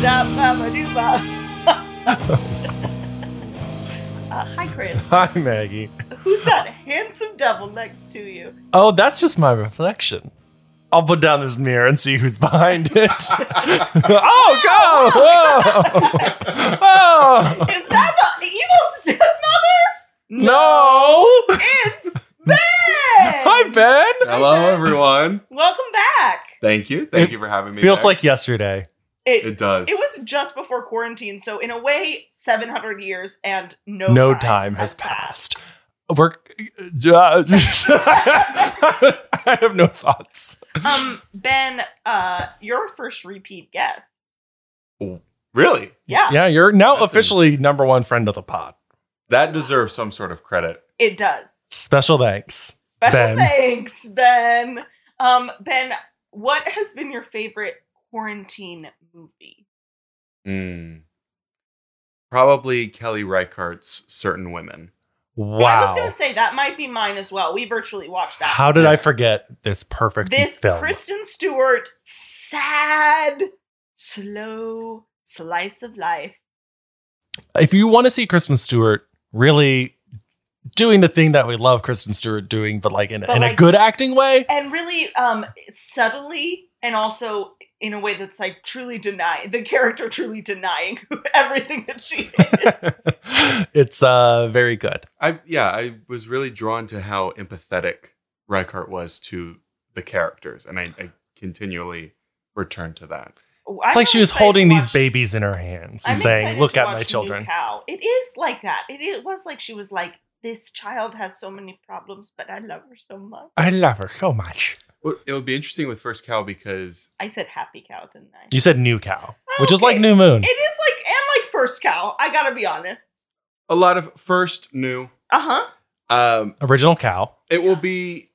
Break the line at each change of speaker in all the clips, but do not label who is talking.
da ba ba doo ba. Uh, hi, Chris.
Hi, Maggie.
Who's that handsome devil next to you?
Oh, that's just my reflection. I'll put down this mirror and see who's behind it. oh, go! Whoa! Oh,
Is that the evil stepmother?
no!
It's Ben!
Hi, Ben!
Hello, everyone.
Welcome back.
Thank you. Thank
It
you for having me.
Feels
back.
like yesterday.
It,
it does.
it was just before quarantine, so in a way, 700 years and no,
No time has passed. We're. uh, I have no thoughts.
Um, Ben, uh, your first repeat guest.
really
Yeah,
Yeah, you're now
That's a-
officially number one friend of the pod.
that deserves some sort of credit.
it does.
Special thanks.
Special
Ben.
thanks, Ben. Um, Ben, what has been your favorite quarantine movie?
Mm. Probably Kelly Reichardt's "Certain Women."
I was gonna
Wow.
say that might be mine as well. We virtually watched that.
How did I
Yes.
forget this perfect
this
film?
Kristen Stewart sad, slow slice of life.
if you want to see Kristen Stewart really doing the thing that we love Kristen Stewart doing, but like in,
But
in a
like-
good acting way,
And really um subtly and also in a way that's like truly denying the character truly denying everything that she is.
it's uh very good.
I yeah, I was really drawn to how empathetic Reichardt was to the characters, and I, I continually return to that.
It's like she was holding these babies in her hands and saying, "Look at my children."
Cow. It is like that. It, it was like she was like, this child has so many problems, but I love her so much.
I love her so much.
Well, It would be interesting with First Cow because
I said happy cow, didn't I?
You said new cow, which is like
Oh, Okay.
new moon.
It is like and like first cow. I gotta be honest.
a lot of first new.
Uh huh.
Um,
Original cow.
it will be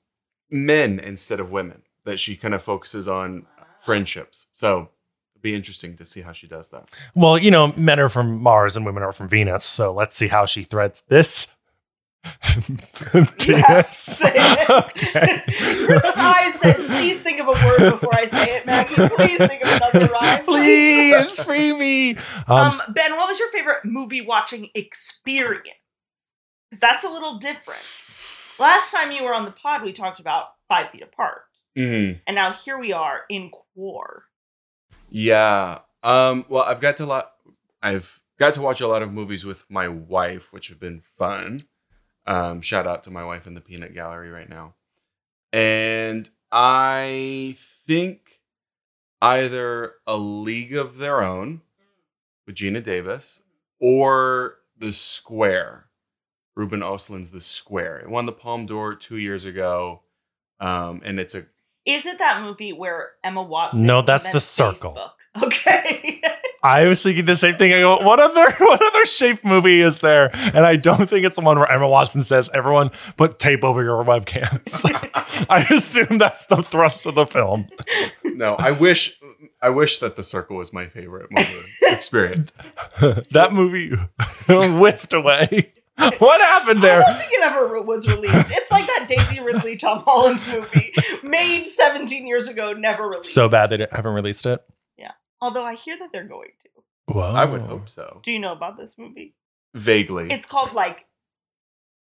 men instead of women that she kind of focuses on friendships. So it'll be interesting to see how she does that.
Well, you know, men are from Mars and women are from Venus, so let's see how she threads this.
You have to say it.
Okay.
Chris's eyes said, "Please think of a word before I say it, Maggie. Please think of another rhyme,
Please free me. Um,
Um, ben, what was your favorite movie watching experience? Because that's a little different. Last time you were on the pod, we talked about Five Feet Apart,
Mm,
and now here we are in Quar.
yeah. Um, well, I've got to lot. I've got to watch a lot of movies with my wife, which have been fun. Um, shout out to my wife in the peanut gallery right now. And I think either A League of Their Own with Gina Davis or The Square, Ruben Oslin's The Square. It won the Palme d'Or two years ago. Um, and it's a
Is it that movie where Emma Watson?
No, that's The
invents
Circle.
Facebook? Okay.
I was thinking the same thing. I go, what other what other shape movie is there? And I don't think it's the one where Emma Watson says, "Everyone, put tape over your webcams." I assume that's the thrust of the film.
no, I wish I wish that The Circle was my favorite movie experience.
that movie whiffed away. what happened there?
I don't think it ever re- was released. It's like that Daisy Ridley Tom Holland movie made 17 years ago, never released.
So bad they didn't- haven't released it.
Although I hear that they're going to.
Whoa.
I would hope so.
Do you know about this movie?
Vaguely.
It's called like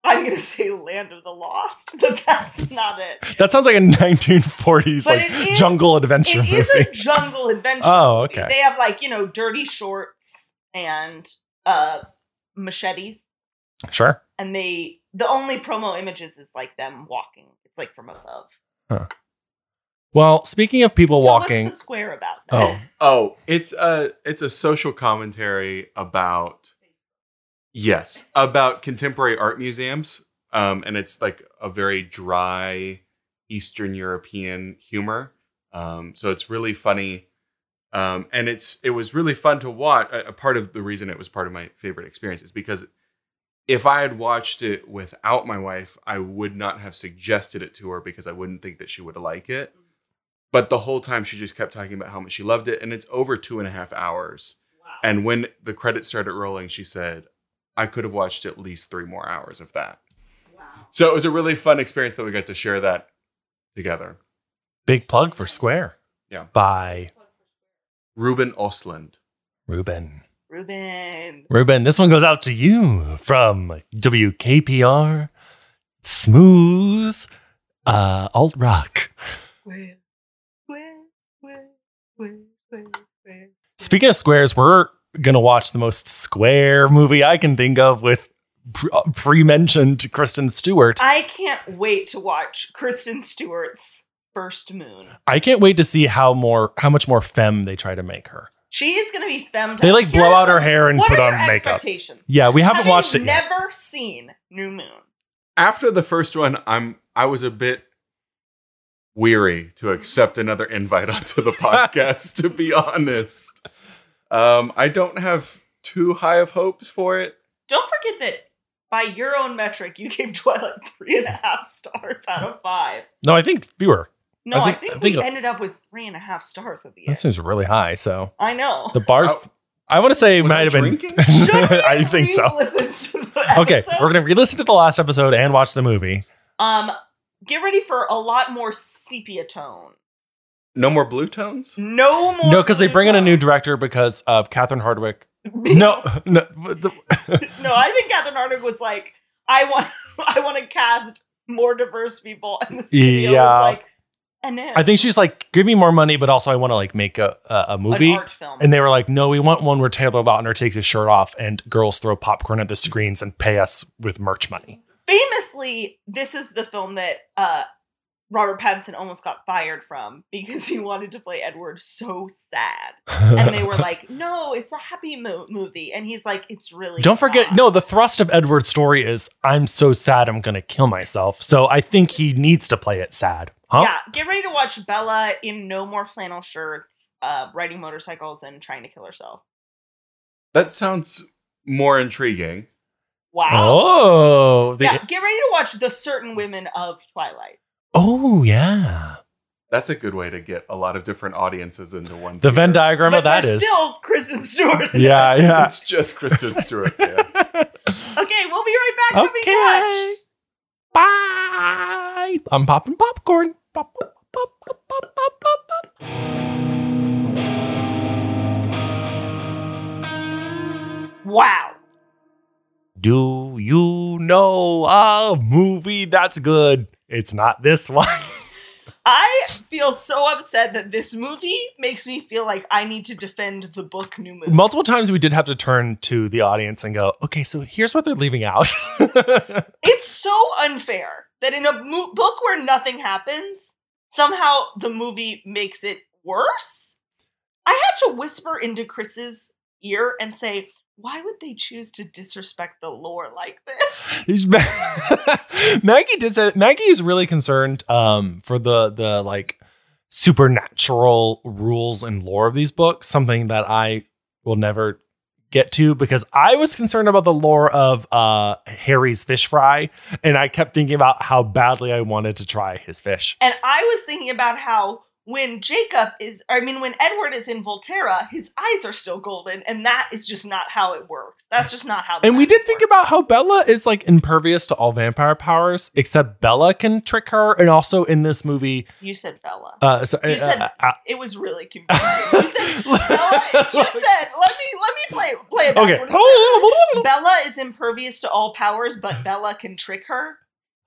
I'm gonna say Land of the Lost, but that's not it.
That sounds like a 1940s
But
like
it is-
jungle
It
adventure movie.
is a jungle adventure.
Oh,
movie.
okay.
They have like you know dirty shorts and uh machetes,
sure.
and they the only promo images is like them walking. It's like from above.
Well, speaking of people
So
walking,
What's the square about?
oh,
oh, it's a it's a social commentary about yes, about contemporary art museums. Um, and it's like a very dry Eastern European humor. Um, so it's really funny. Um, and it's it was really fun to watch. A, a part of the reason it was part of my favorite experience is because if I had watched it without my wife, I would not have suggested it to her because I wouldn't think that she would like it. But the whole time she just kept talking about how much she loved it, and it's over two and a half hours.
Wow.
And when the credits started rolling, she said, I could have watched at least three more hours of that.
Wow.
So it was a really fun experience that we got to share that together.
big plug for Square.
Yeah.
By
Ruben Ostlund.
Ruben.
Ruben.
Ruben, this one goes out to you from WKPR Smooth uh, Alt Rock.
Well, well, well, well, well, well.
Speaking of squares, we're going to watch the most square movie I can think of with pre- uh, pre-mentioned Kristen Stewart.
I can't wait to watch Kristen Stewart's First Moon.
I can't wait to see how more how much more femme they try to make her.
She's gonna be femmed.
They
up.
like blow
Here's
out her
some-
hair and
what
put
are
on
your
makeup.
Expectations.
Yeah, we haven't
Having
watched it yet.
Never seen New Moon.
After the first one, I'm I was a bit weary to
Mm-hmm.
accept another invite onto the podcast. to be honest, um, I don't have too high of hopes for it.
Don't forget that by your own metric, you gave Twilight three and a half stars out of five.
No, I think fewer.
No,
I
I
think-
think,
I think-
we ended up with three and a half stars at the
That
end.
seems really high. So
I know.
the bars, I want to say,
Oh, Was
might
I
have been.
drinking?
Should we
I think so.
re-listen to the
Okay,
episode?
we're gonna re-listen to the last episode and watch the movie.
Um, get ready for a lot more sepia tone.
No more blue tones.
No more.
No, because they
blue
bring in a
tone.
new director because of Catherine Hardwick. No, no, but the-
no, I think Catherine Hardwick was like, I want, I want to cast more diverse people, and the studio
Yeah.
was like, and then
I think she's like, give me more money, but also I want to like make a a, a movie.
an art film.
And they were like, no, we want one where Taylor Lautner takes his shirt off and girls throw popcorn at the screens and pay us with merch money.
Famously, this is the film that uh, Robert Pattinson almost got fired from because he wanted to play Edward so sad, and they were like, no, it's a happy mo- movie, and he's like, it's really.
Don't forget,
not."
no, the thrust of Edward's story is I'm so sad I'm going to kill myself. So I think he needs to play it sad. Huh?
Yeah, get ready to watch Bella in no more flannel shirts, uh, riding motorcycles and trying to kill herself.
That sounds more intriguing.
Wow.
Oh, the-
yeah, get ready to watch the certain women of Twilight.
oh, yeah.
That's a good way to get a lot of different audiences into one.
The
theater.
Venn diagram
but
of that
they're
is.
still Kristen Stewart.
yeah, yeah.
It's just Kristen Stewart. fans.
Okay, we'll be right back. to be
okay.
watched.
Bye. I'm popping popcorn. Pop, pop, pop, pop, pop, pop, pop, pop.
Wow.
Do you know a movie that's good? It's not this one.
I feel so upset that this movie makes me feel like I need to defend the book New Moon.
Multiple times we did have to turn to the audience and go, okay, so here's what they're leaving out.
it's so unfair that in a mo- book where nothing happens, somehow the movie makes it worse. I had to whisper into Chris's ear and say, why would they choose to disrespect the lore like this?
He's- Maggie did say Maggie is really concerned um, for the the like supernatural rules and lore of these books, something that I will never get to because I was concerned about the lore of uh, Harry's fish fry, and I kept thinking about how badly I wanted to try his fish.
And I was thinking about how when Jacob is, I mean, when Edward is in Volterra, his eyes are still golden, and that is just not how it works. That's just not how. the
And we
magic
did think
works.
about how Bella is like impervious to all vampire powers, except Bella can trick her. And also in this movie,
You said Bella.
uh, so,
You said-
uh, uh,
it was really confusing. you said Bella. You said let me let me play play it.
okay.
backwards. Bella is impervious to all powers, but Bella can trick her.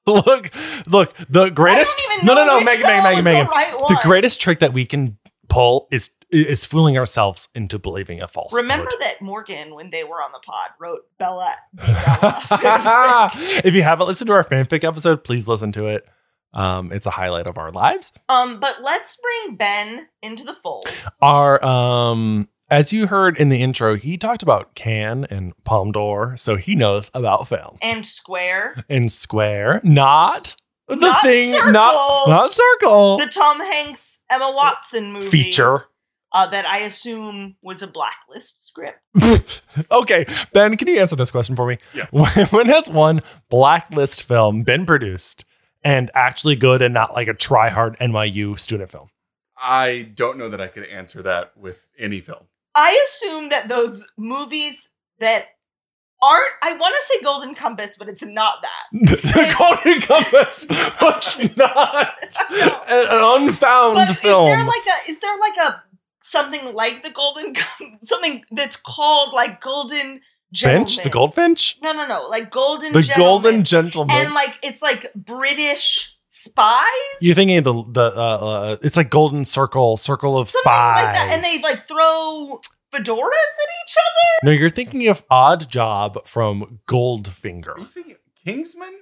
look, look, the greatest.
I don't even
No, no,
know
no,
which
Megan,
Bella
Megan,
was
Megan, Megan.
The, right
The
one.
greatest trick that we can pull is is fooling ourselves into believing a false.
Remember that Morgan, when they were on the pod, wrote Bella. be Bella.
if you haven't listened to our fanfic episode, please listen to it. Um, it's a highlight of our lives.
um, but let's bring Ben into the fold.
Our um, as you heard in the intro, he talked about can and Palm d'Or, so he knows about film
and square.
and square, not the
Not
thing,
circle.
not not circle
The Tom Hanks Emma Watson movie
Oh. feature.
uh, that I assume was a blacklist script.
okay, Ben, can you answer this question for me?
Yeah.
When, when has one blacklist film been produced and actually good and not like a try hard NYU student film?
I don't know that I could answer that with any film.
I assume that those movies that aren't I want to say Golden Compass, but it's not that.
the Golden Compass was not
No.
an unfound
But is
film.
there like a is there like a something like the golden something that's called like golden gentleman.
Finch, the goldfinch,
No, no, no. Like golden
the
gentleman.
golden gentleman.
and like it's like British spies.
You're thinking of the the uh, uh, it's like golden circle, circle of
Something
spies.
like that. And they like throw fedoras at each other.
no, you're thinking of Odd Job from
Are you
Goldfinger,
thinking Kingsman?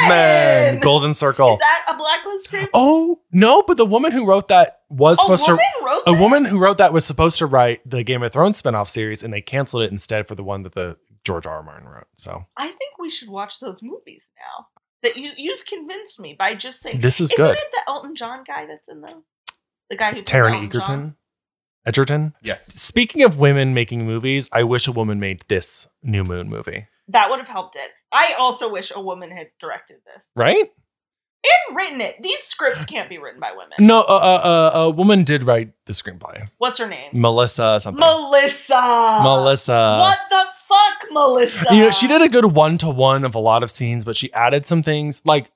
Kingsman, Golden Circle.
Is that a blacklist script?
oh no, but the woman who wrote that was
a woman
supposed to.
wrote
A
that?
woman who wrote that was supposed to write the Game of Thrones spinoff series, and they canceled it instead for the one that the George R. R. Martin wrote. So
I think we should watch those movies now. That you you've convinced me by just saying
this is
Isn't
good.
it the Elton John guy that's in those? The guy who played
Taryn
Elton John?
Egerton, Edgerton.
Yes.
Speaking of women making movies, I wish a woman made this New Moon movie,
That would have helped it. I also wish a woman had directed this.
right?
And written it. These scripts can't be written by women.
No, a uh, uh, uh, a woman did write the screenplay.
What's her name?
Melissa something.
Melissa.
Melissa.
What the fuck, Melissa?
You know, she did a good one to one of a lot of scenes, but she added some things like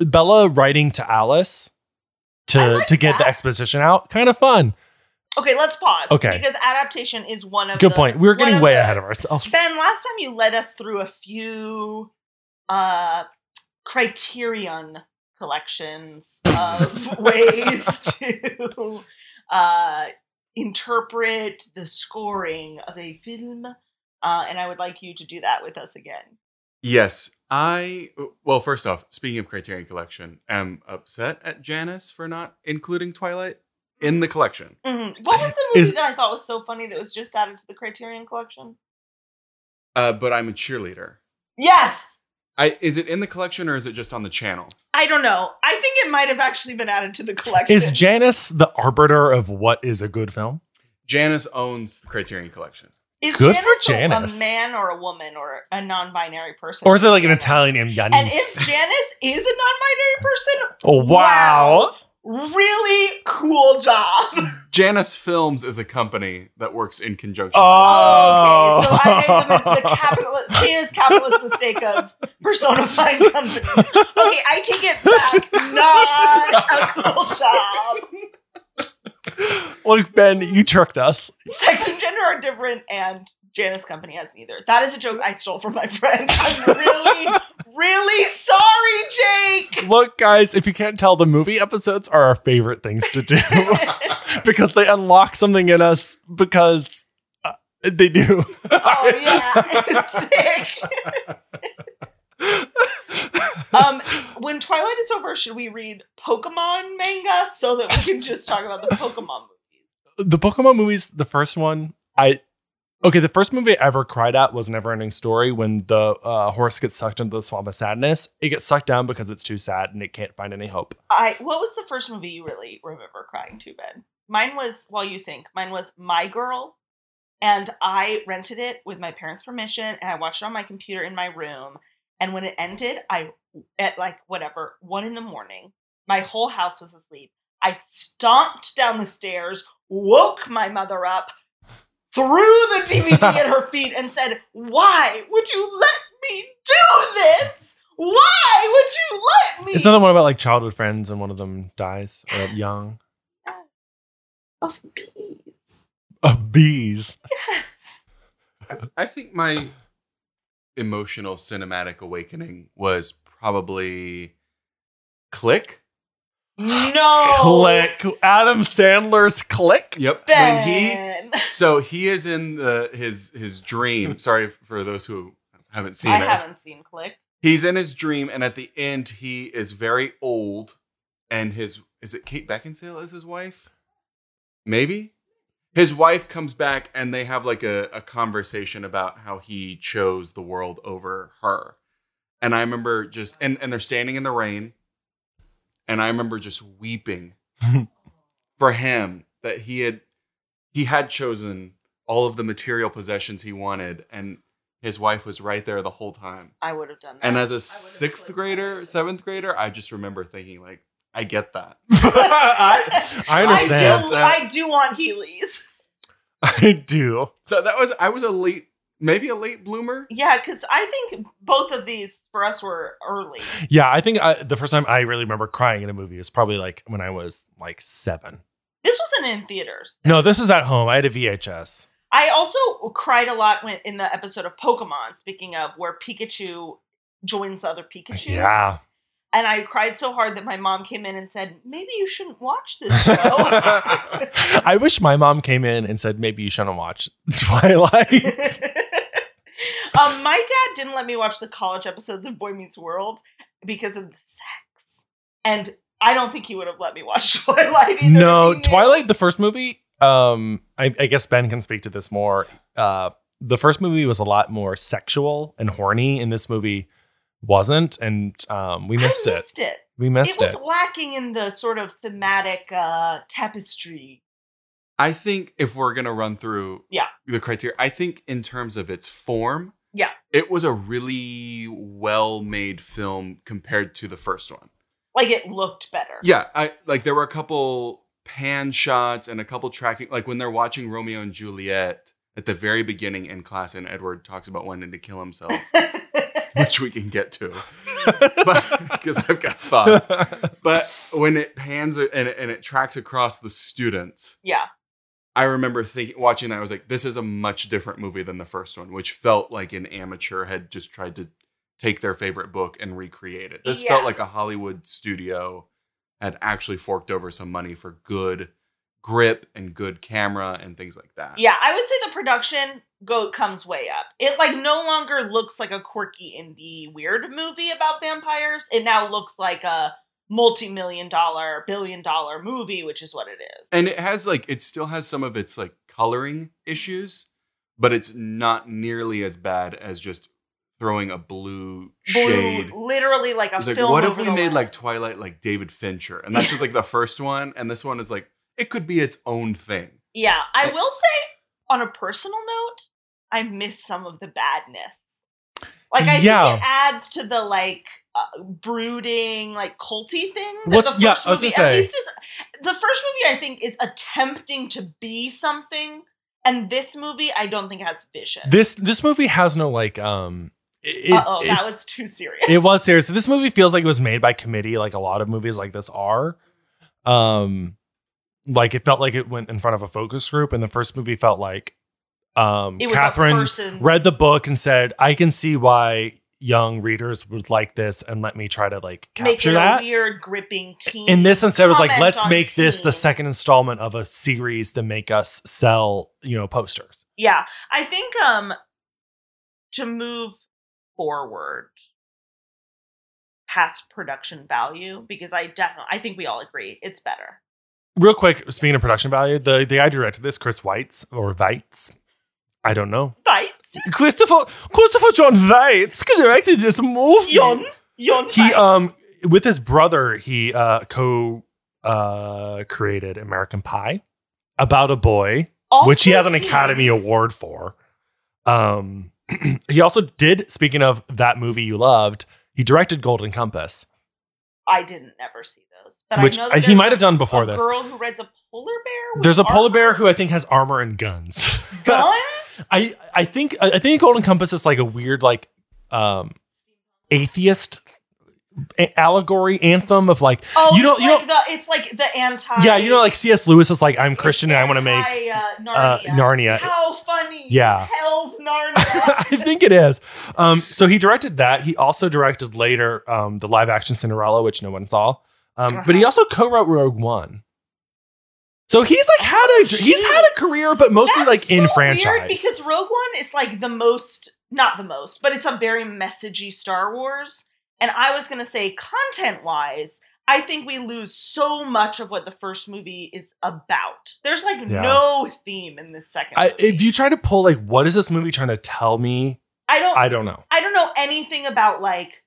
Bella writing to Alice
I
to
like
to get the
that.
exposition out. Kind of fun.
Okay, let's pause.
Okay.
Because adaptation is one of
Good
the-
point. We're
one
getting way
the-
ahead of ourselves.
Ben, last time you led us through a few uh criterion collections of ways to uh interpret the scoring of a film. Uh, and I would like you to do that with us again.
Yes. I well, first off, speaking of Criterion Collection, am upset at Janice for not including Twilight in the collection.
Mhm. What was the movie
Is-
that I thought was so funny that was just added to the Criterion collection?
Uh, but I'm a cheerleader.
Yes!
I is it in the collection or is it just on the channel?
I don't know. I think it might have actually been added to the collection.
Is Janice the arbiter of what is a good film?
Janice owns the Criterion Collection.
Is
Good for
Janice a-
Janice.
A, man or a woman or a non-binary person?
Or is it like an Italian named
And
Yanis?
if Janice is a non-binary person,
Oh wow.
really cool job.
Janice Films is a company that works in conjunction.
Oh.
Okay, so I made the, mis- the capitalist, his capitalist mistake of personifying companies. Okay, I take it back. Not a cool job.
Look, Ben, you tricked us.
Sex and gender are different, and Janice Company has neither. That is a joke I stole from my friend. I'm really, really sorry, Jake.
Look, guys, if you can't tell, the movie episodes are our favorite things to do because they unlock something in us because uh, they do.
Oh yeah, sick. um, when Twilight is over, should we read Pokemon manga so that we can just talk about the Pokemon movies?
the Pokemon movies, the first one, I okay, the first movie I ever cried at was Never Ending Story when the uh, horse gets sucked into the swamp of sadness. It gets sucked down because it's too sad and it can't find any hope.
I what was the first movie you really remember crying to, Ben? Mine was while you think. Mine was My Girl, and I rented it with my parents' permission, and I watched it on my computer in my room. And when it ended, I at like whatever one in the morning, my whole house was asleep. I stomped down the stairs, woke my mother up, threw the DVD at her feet, and said, "Why would you let me do this? Why would you let me?"
It's another one about like childhood friends and one of them dies or young.
of bees.
Uh, bees.
Yes.
I think my emotional cinematic awakening was probably Click.
No.
Oh. Click. Adam Sandler's click.
Yep. When he
Ben.
so he is in the his his dream. Sorry for those who haven't seen
I
it.
haven't seen Click.
He's in his dream, and at the end, he is very old, and his is it Kate Beckinsale is his wife? Maybe his wife comes back, and they have like a, a conversation about how he chose the world over her. And I remember just and and they're standing in the rain, and I remember just weeping for him that he had he had chosen all of the material possessions he wanted, and his wife was right there the whole time.
I would have done that.
And as a sixth grader, seventh grader, I just remember thinking, like, I get that.
I, I understand.
I do,
That-
I do want Heelys.
I do.
So that was, I was a late, maybe a late bloomer.
Yeah, because I think both of these for us were early.
uh, Yeah, I think I, the first time I really remember crying in a movie is probably like when I was like seven.
This wasn't in theaters.
No, this is at home. I had a VHS.
I also cried a lot when in the episode of Pokemon, speaking of where Pikachu joins the other Pikachu.
Yeah.
And I cried so hard that my mom came in and said, Maybe you shouldn't watch this show.
I wish my mom came in and said, maybe you shouldn't watch Twilight.
um, my dad didn't let me watch the college episodes of Boy Meets World because of the sex. And I don't think he would have let me watch Twilight either.
no,
if he knew.
Twilight, the first movie, um, I, I guess Ben can speak to this more. Uh, the first movie was a lot more sexual and horny, and this movie wasn't, and um, we
I
missed it.
missed it.
We missed
it
it.
was lacking in the sort of thematic uh, tapestry.
I think if we're gonna run through
Yeah.
the criteria, I think in terms of its form,
Yeah.
it was a really well made film compared to the first one.
Like it looked better.
Yeah, I like there were a couple pan shots and a couple tracking, like when they're watching Romeo and Juliet at the very beginning in class, and Edward talks about wanting to kill himself, which we can get to, but because I've got thoughts. But when it pans a- and it, and it tracks across the students,
yeah.
I remember thinking watching that I was like, this is a much different movie than the first one, which felt like an amateur had just tried to take their favorite book and recreate it. This felt
Yeah.
like a Hollywood studio had actually forked over some money for good grip and good camera and things like that.
Yeah, I would say the production go comes way up. It like no longer looks like a quirky indie weird movie about vampires. It now looks like a multi-million dollar, billion dollar movie, which is what it is.
And it has like it still has some of its like coloring issues, but it's not nearly as bad as just throwing a blue shade
Blue, literally like a
It's like,
film.
what if
over
we
the
made
line.
like Twilight like David Fincher? And that's just like the first one. And this one is like, it could be its own thing.
Yeah, I will say on a personal note, I miss some of the badness. Like I
Yeah.
think it adds to the like uh, brooding, like culty thing. that
What's-
the
yeah,
first
I was
movie,
gonna
at
say.
least is, the first movie I think is attempting to be something, and this movie I don't think has vision.
this this movie has no like um it,
Uh oh,
it-
that was too serious.
it was serious this movie feels like it was made by committee like a lot of movies like this are um like it felt like it went in front of a focus group and the first movie felt like um
It was a
catherine
person-
read the book and said i can see why young readers would like this and let me try to like
Make it
capture
a
that
weird, gripping teen.
in this instead it was like
comment
let's
on
make this the
teen.
second installment of a series to make us sell you know posters
Yeah, I think um to move forward past production value because I definitely I think we all agree it's better.
real quick, speaking of production value, the the guy who directed this, Chris Weitz or Weitz, I don't know.
Right?
Christopher Christopher John Weitz directed this movie.
Yon, yon.
He um with his brother, he uh co uh created American Pie about a boy,
Oh,
which he has an Academy Award for. Um he also did, speaking of that movie you loved, he directed Golden Compass,
I didn't ever see those, but
which
I know
I-
that
he
there's
might have
a-
done before
a
this.
Girl who rides a polar bear. with
There's a polar
armor-
bear who I think has armor and guns.
Guns.
I I think I think Golden Compass is like a weird like um atheist a- allegory anthem of like
Oh,
you know
it's
you
like
know
the, it's like the anti.
yeah you know like C.S. Lewis is like I'm Christian and I want to make
anti, uh,
uh,
Narnia.
Narnia.
How funny!
Yeah.
hell's Narnia.
I think it is. Um, so he directed that. He also directed later um, the live action Cinderella, which no one saw. Um,
Uh-huh.
but he also co-wrote Rogue One. So he's like had a he's had a career, but mostly
Oh, That's
like in
so
franchise.
Weird because Rogue One is like the most, not the most, but it's a very messagey Star Wars. And I was gonna say, content wise, I think we lose so much of what the first movie is about. There's like
Yeah.
no theme in this second.
I,
movie.
if you try to pull like what is this movie trying to tell me,
I don't,
I
I,
don't know.
don't know anything about like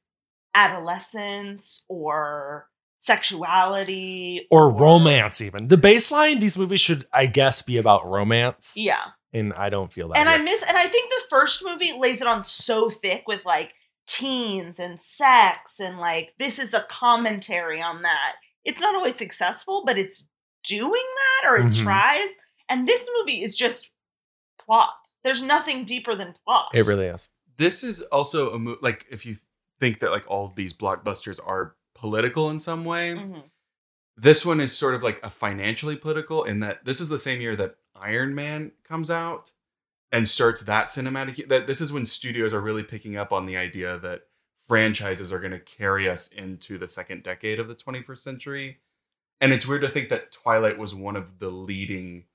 adolescence or sexuality
or romance even the baseline these movies should i guess be about romance
Yeah.
and i don't feel that
and
here.
I miss and I think the first movie lays it on so thick with like teens and sex and like this is a commentary on that. It's not always successful, but it's doing that or it
Mhm.
tries. And this movie is just plot. There's nothing deeper than plot.
it really is
This is also a movie, like, if you think that like all of these blockbusters are political in some way,
Mhm.
This one is sort of like a financially political in that this is the same year that Iron Man comes out and starts that cinematic that this is when studios are really picking up on the idea that franchises are going to carry us into the second decade of the 21st century. And it's weird to think that Twilight was one of the leading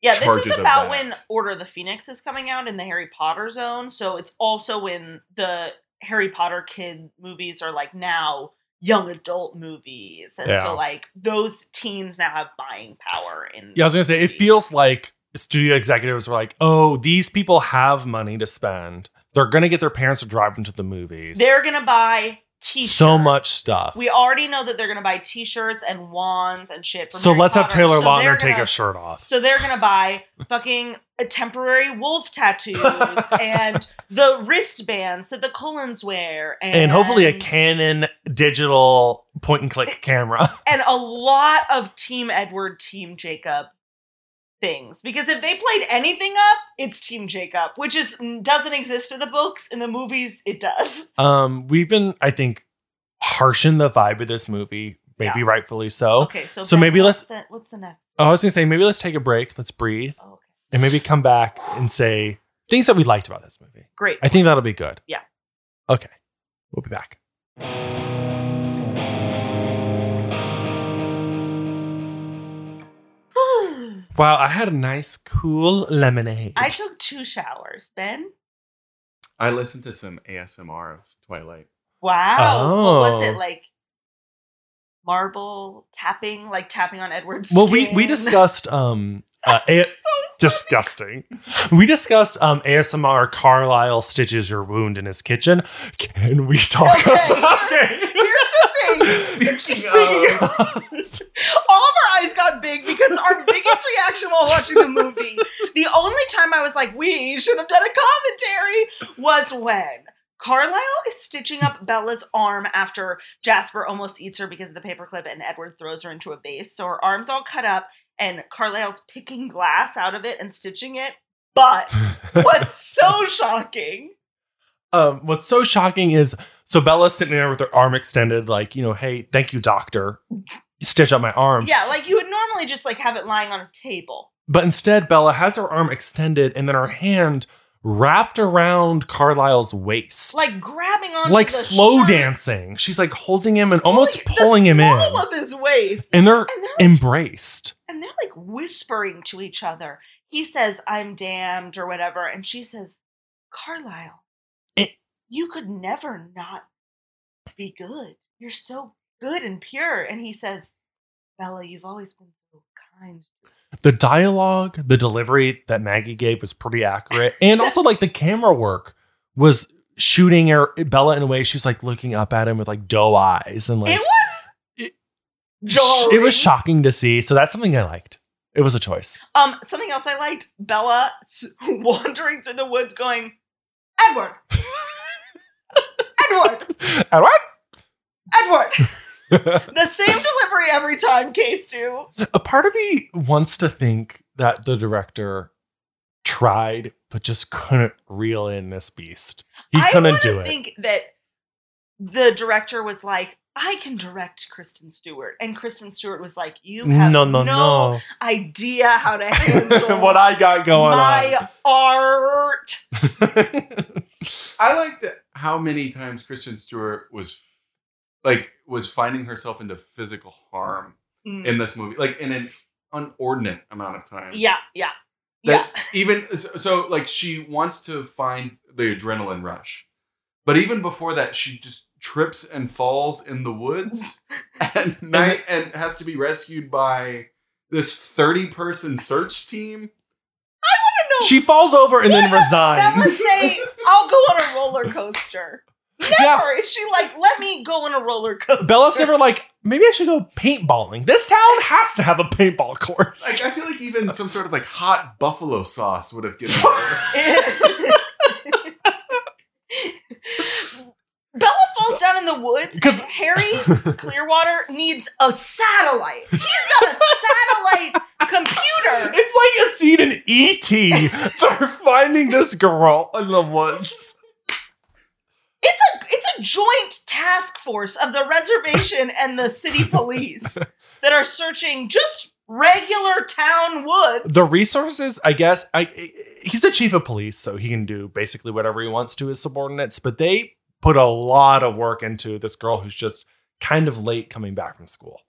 Yeah, this
Charges
is
of
about
that.
when Order of the Phoenix is coming out in the Harry Potter zone. So it's also when the Harry Potter kid movies are like now young adult movies. And
Yeah.
so like those teens now have buying power in
Yeah, I was gonna say it
movies.
feels like studio executives were like, "Oh, these people have money to spend. They're gonna get their parents to drive them to the movies.
they're gonna buy t-shirts.
so much stuff.
We already know that they're gonna buy t-shirts and wands and shit. From
so
Harry
let's have
Potter.
Taylor
So
Lautner
they're
take
gonna-
a shirt off.
So they're gonna buy fucking a temporary wolf tattoos and the wristbands that the Cullens wear, and,
and hopefully a Canon digital point and click camera.
and a lot of Team Edward, Team Jacob things. Because if they played anything up, it's Team Jacob, which is doesn't exist in the books. In the movies, it does.
Um, we've been, I think, harshing the vibe of this movie, maybe rightfully so.
Okay, so
Oh, So
Ben,
maybe
what's the, what's the next?
Oh, I was gonna say maybe let's take a break, let's breathe,
Oh, okay,
and maybe come back and say things that we liked about this movie.
great.
I think that'll be good.
Yeah.
Okay. We'll be back. Wow, I had a nice cool lemonade.
I took two showers, Ben.
I listened to some ASMR of Twilight.
Wow. What was it
Oh.
like? Marble tapping, like tapping on Edward's.
well, we we
skin?
discussed um uh, a-
So-
disgusting. We discussed um ASMR Carlisle stitches your wound in his kitchen. Can we talk
Okay.
about okay.
Here's the thing.
Speaking of-
All of our eyes got big because our biggest reaction while watching the movie, the only time I was like, we should have done a commentary, was when Carlisle is stitching up Bella's arm after Jasper almost eats her because of the paperclip and Edward throws her into a vase. So her arm's all cut up and Carlisle's picking glass out of it and stitching it. But what's so shocking?
um, what's so shocking is so Bella's sitting there with her arm extended, like, you know, hey, thank you, doctor. Stitch up my arm.
Yeah, like you would normally just like have it lying on a table.
But instead, Bella has her arm extended and then her hand wrapped around Carlisle's waist.
Like grabbing on
Like
the
slow
shirt.
dancing. She's like holding him and almost
Like, the
pulling him in.
small of his waist.
And they're
And they're,
embraced.
and they're like whispering to each other. He says, I'm damned or whatever. And she says, Carlisle,
It-
you could never not be good. You're so good and pure. And he says, Bella, you've always been so kind.
The dialogue, the delivery that Maggie gave was pretty accurate. And also like the camera work was shooting her Bella in a way she's like looking up at him with like doe eyes and like
it was
it-
jarring.
it was shocking to see. So that's something I liked. It was a choice.
Um, something else I liked: Bella s- wandering through the woods, going, "Edward, Edward,
Edward?
Edward." the same delivery every time, case two.
A part of me wants to think that the director tried but just couldn't reel in this beast. He
I
couldn't
wanna
do it.
think that the director was like, "I can direct Kristen Stewart," and Kristen Stewart was like, "You have
no, no, no.
idea how to handle
what I got going
my art."
on.
I liked how many times Kristen Stewart was like was finding herself into physical harm
Mm.
in this movie, like in an unordinate amount of times.
Yeah, yeah, yeah.
That even so, so, like she wants to find the adrenaline rush, but even before that, she just trips and falls in the woods at night and has to be rescued by this thirty-person search team.
I know
she falls over and then
Bella
resigns.
say, I'll go on a roller coaster. Never
Yeah.
is she like, let me go on a roller coaster.
Bella's never like, maybe I should go paintballing. This town has to have a paintball course.
Like I feel like even some sort of like hot buffalo sauce would have given her.
Bella falls down in the woods
'Cause-
because Harry Clearwater needs a satellite. He's got a satellite computer.
It's like a scene in E E.T. They're finding this girl in the woods.
It's a It's a joint task force of the reservation and the city police that are searching just regular town woods.
the resources i guess i he's the chief of police so he can do basically whatever he wants to his subordinates but they put a lot of work into this girl who's just kind of late coming back from school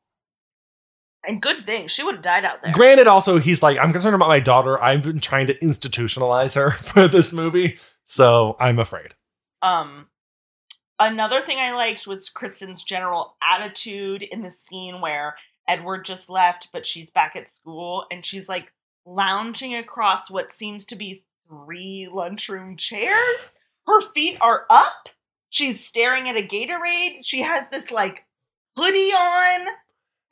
And good thing she would have died out there.
granted also he's like i'm concerned about my daughter i've been trying to institutionalize her for this movie so i'm afraid
Um, another thing I liked was Kristen's general attitude in the scene where Edward just left, but she's back at school and she's like lounging across what seems to be three lunchroom chairs. Her feet are up. She's staring at a Gatorade. She has this like hoodie on.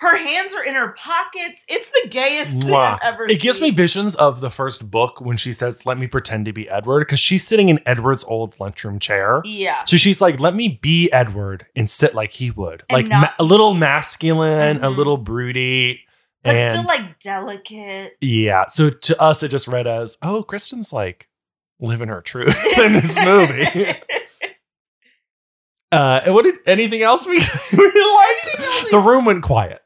Her hands are in her pockets. It's the gayest thing
Mwah.
I've ever seen.
it gives me visions of the first book when she says let me pretend to be edward because she's sitting in edward's old lunchroom chair
Yeah.
So she's like, let me be Edward and sit like he would.
And
like
not-
ma- a little masculine, a
Mhm.
little broody.
But
and
still like delicate.
yeah. So to us, it just read as, oh, Kristen's like living her truth in this movie. uh, and what did anything else we, we
Anything else we-
liked? The room went quiet.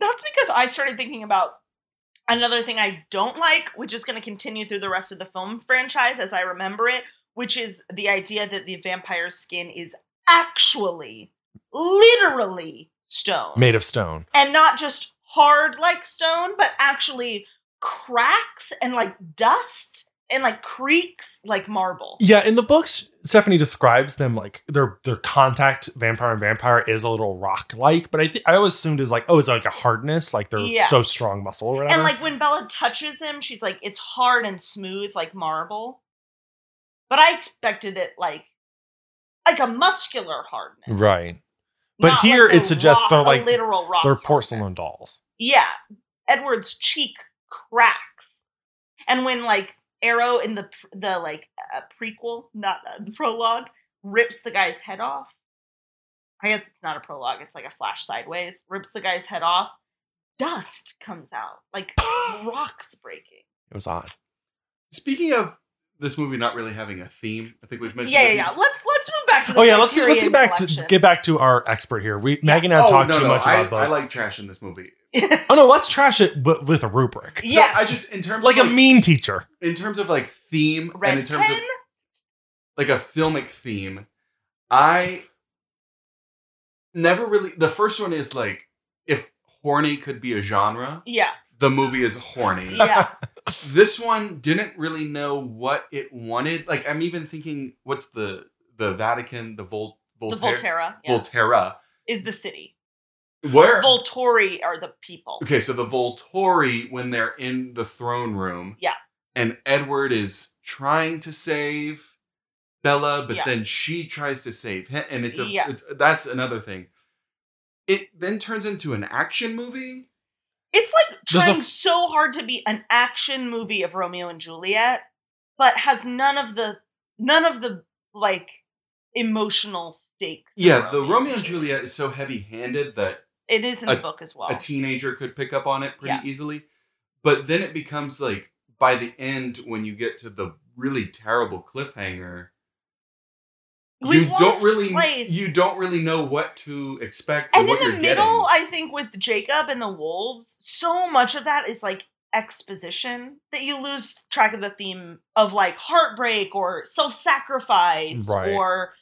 That's because I started thinking about another thing I don't like, which is going to continue through the rest of the film franchise as I remember it, which is the idea that the vampire's skin is actually, literally stone.
Made of stone.
And not just hard like stone, but actually cracks and like dust and like creaks like marble.
Yeah, in the books, Stephanie describes them like their their contact vampire and vampire is a little rock like, but I th- I always assumed it was like oh it's like a hardness like they're
Yeah.
so strong muscle or whatever.
And like when Bella touches him, she's like, it's hard and smooth like marble. But I expected it like like a muscular hardness.
But
Not
here
like
it
a
suggests
rock-
they're
a
like-
literal rock.
They're
hardness.
porcelain dolls.
Yeah. Edward's cheek cracks. And when like Arrow in the pr- the like uh, prequel, not uh, the prologue, rips the guy's head off. I guess it's not a prologue, it's like a flash sideways. Rips the guy's head off. Dust comes out. Like rocks breaking.
It was odd.
Speaking of this movie not really having a theme, I think we've mentioned.
yeah, yeah,
it.
yeah. Let's let's move back to the
Oh yeah, let's let's
Criterion
get back to
collection.
get back to our expert here. We Maggie and I
Oh,
talked
no,
too
no,
much
I,
about books.
I like trash in this movie.
oh no, let's trash it but with a rubric.
So
Yes.
I just in terms
Like a
of, like,
mean teacher.
in terms of like theme
Red
and in terms
pen.
of like a filmic theme. I never really. The first one is like if horny could be a genre,
yeah,
the movie is horny.
yeah.
This one didn't really know what it wanted. Like I'm even thinking, what's the the Vatican, the Vol
the
Voltaire,
Volterra yeah,
Volterra.
is the city.
Where?
Voltori are the people.
okay, so the Volturi when they're in the throne room.
Yeah.
And Edward is trying to save Bella, but
Yeah.
then she tries to save him, and it's a
Yeah.
it's, that's another thing. It then turns into an action movie.
It's like
There's a-
trying so hard to be an action movie of Romeo and Juliet, but has none of the none of the like emotional stakes. of
Yeah, the Romeo and Juliet is so heavy-handed that
It is in
a-
the book as well.
a teenager could pick up on it pretty
Oh. Yeah.
easily. But then it becomes like by the end when you get to the really terrible cliffhanger,
We've
you don't
lost
really
place.
you don't really know what to expect
and in
and what
the
you're
middle
getting.
i think with jacob and the wolves so much of that is like exposition that you lose track of the theme of like heartbreak or self-sacrifice
Right.
or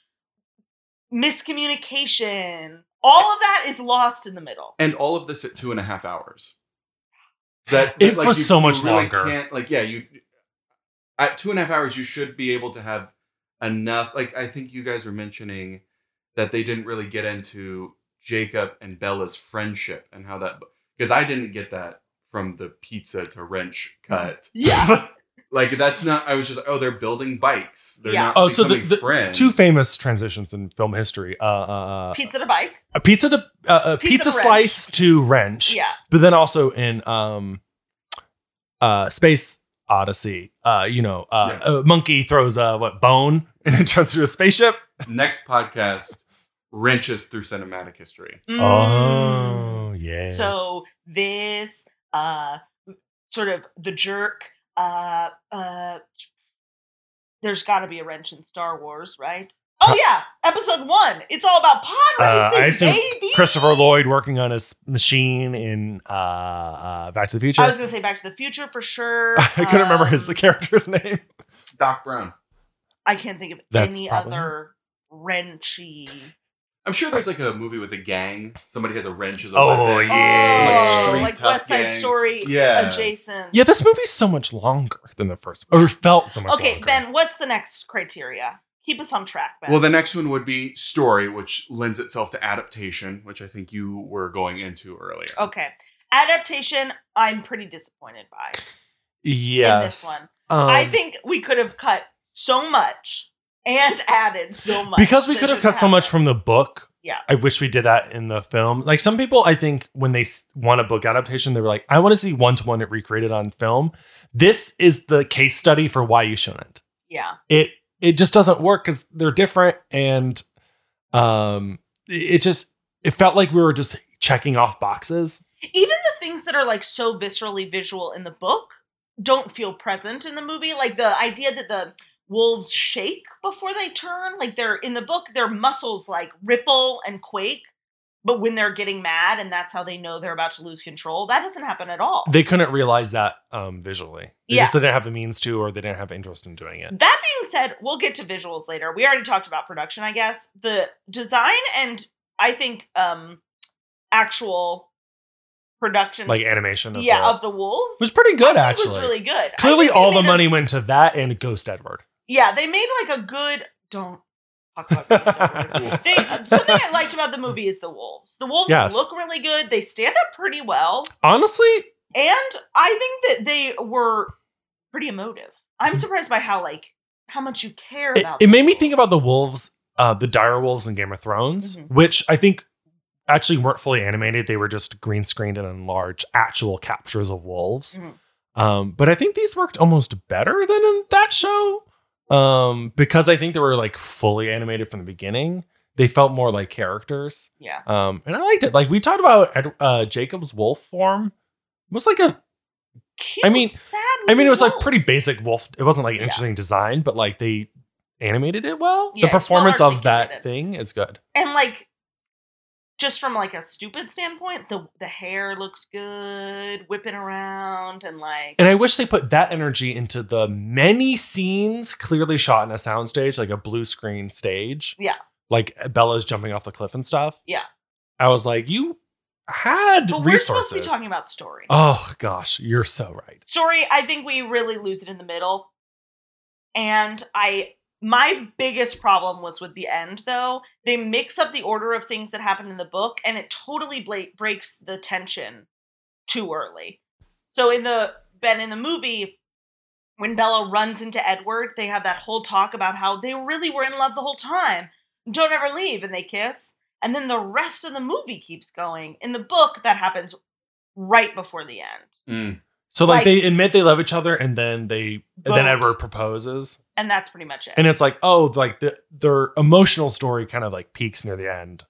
miscommunication all of that is lost in the middle
And all of this at two and a half hours. That,
It
that, like,
was
you-
so
you
much
really
longer.
Can't, like yeah, you at two and a half hours you should be able to have enough. Like I think you guys were mentioning that they didn't really get into Jacob and Bella's friendship and how that because I didn't get that from the pizza to wrench cut.
yeah
Like that's not. I was just oh they're building bikes. They're
Yeah.
not.
Oh, so the-
becoming
the
friends.
Two famous transitions in film history. Uh, uh, uh,
pizza to bike
a pizza to uh, a
Pizza
pizza,
to wrench.
slice to wrench.
yeah
But then also in um uh Space Odyssey, uh, you know, uh, a monkey throws a what bone and it turns into a spaceship.
next podcast wrenches through cinematic history.
Mm.
Oh yes.
So this uh sort of the jerk uh uh there's got to be a wrench in Star Wars, right? Oh yeah, episode one. It's all about pod
Uh,
racing,
I assume
baby.
Christopher Lloyd working on his machine in uh, uh, Back to the Future.
I was gonna say Back to the Future for sure.
I couldn't remember
Um,
his character's name.
Doc Brown.
I can't think of
That's
any
probably-
other wrenchy.
I'm sure there's like a movie with a gang. Somebody has a wrench as a
Oh,
weapon.
yeah.
Some,
Oh,
street
like
tough
West Side
gang.
Story
Yeah.
adjacent.
Yeah, this movie's so much longer than the first one. Or felt so much
Okay,
longer.
Ben, what's the next criteria? Keep us on track, Ben.
Well, the next one would be story, which lends itself to adaptation, which I think you were going into earlier.
okay. Adaptation, I'm pretty disappointed by in this
Yes.
one.
Um,
I think we could have cut so much and added so much.
because we
that
could have
just
cut so much
happened.
from the book.
Yeah.
I wish we did that in the film. Like some people, I think when they s- want a book adaptation, they were like, "I want to see one to one it recreated on film." This is the case study for why you shouldn't.
Yeah.
It it just doesn't work because they're different, and um, it it just it felt like we were just checking off boxes.
Even the things that are like so viscerally visual in the book don't feel present in the movie. Like the idea that the wolves shake before they turn, like they're in the book, their muscles like ripple and quake. But when they're getting mad and that's how they know they're about to lose control, that doesn't happen at all.
They couldn't realize that um, visually. They
Yeah.
just didn't have the means to, or they didn't have interest in doing it.
That being said, we'll get to visuals later. We already talked about production, I guess. The design and I think um actual production
Like animation, of
Mm-hmm. yeah,
the-
of the wolves
was pretty good
I think
actually.
was really good. I
Clearly,
think they
all the
made a-
money went to that and Ghost Edward.
yeah, they made like a good don't talk about Ghost Edward. They, something I liked about the movie is the wolves. The wolves
Yes.
look really good. They stand up pretty well,
Honestly,
and I think that they were pretty emotive. I'm surprised by how like how much you care
Mm-hmm. it,
about.
it
the
made me
wolves.
think about the wolves, uh, the dire wolves in Game of Thrones,
Mhm.
which I think actually weren't fully animated. They were just green screened and enlarged actual captures of wolves.
Mhm.
Um, but I think these worked almost better than in that show um, because I think they were like fully animated from the beginning. They felt more like characters.
yeah.
Um, and I liked it. Like we talked about Ed, uh, Jacob's wolf form. It was like a.
Cute,
I mean-
sad
I mean, it was like
wolf.
pretty basic wolf. It wasn't like
Yeah.
interesting design, but like they animated it well.
Yeah,
the
it's well
performance of that
articulated.
thing is good.
and like just from like a stupid standpoint, the the hair looks good, whipping around, and like
And I wish they put that energy into the many scenes clearly shot in a soundstage, like a blue screen stage.
Yeah.
Like Bella's jumping off the cliff and stuff.
Yeah.
I was like, you had
but we're
resources.
supposed to be talking about story.
oh gosh, you're so right.
story i think we really lose it in the middle and i my biggest problem was with the end though they mix up the order of things that happen in the book and it totally bla- breaks the tension too early so in the ben in the movie when bella runs into edward they have that whole talk about how they really were in love the whole time don't ever leave and they kiss and then the rest of the movie keeps going in the book that happens right before the end
Mm.
So like,
Like-
they admit they love each other and then they and then
Vote.
Edward proposes.
and that's pretty much it
And it's like, oh, like the, their emotional story kind of like peaks near the end.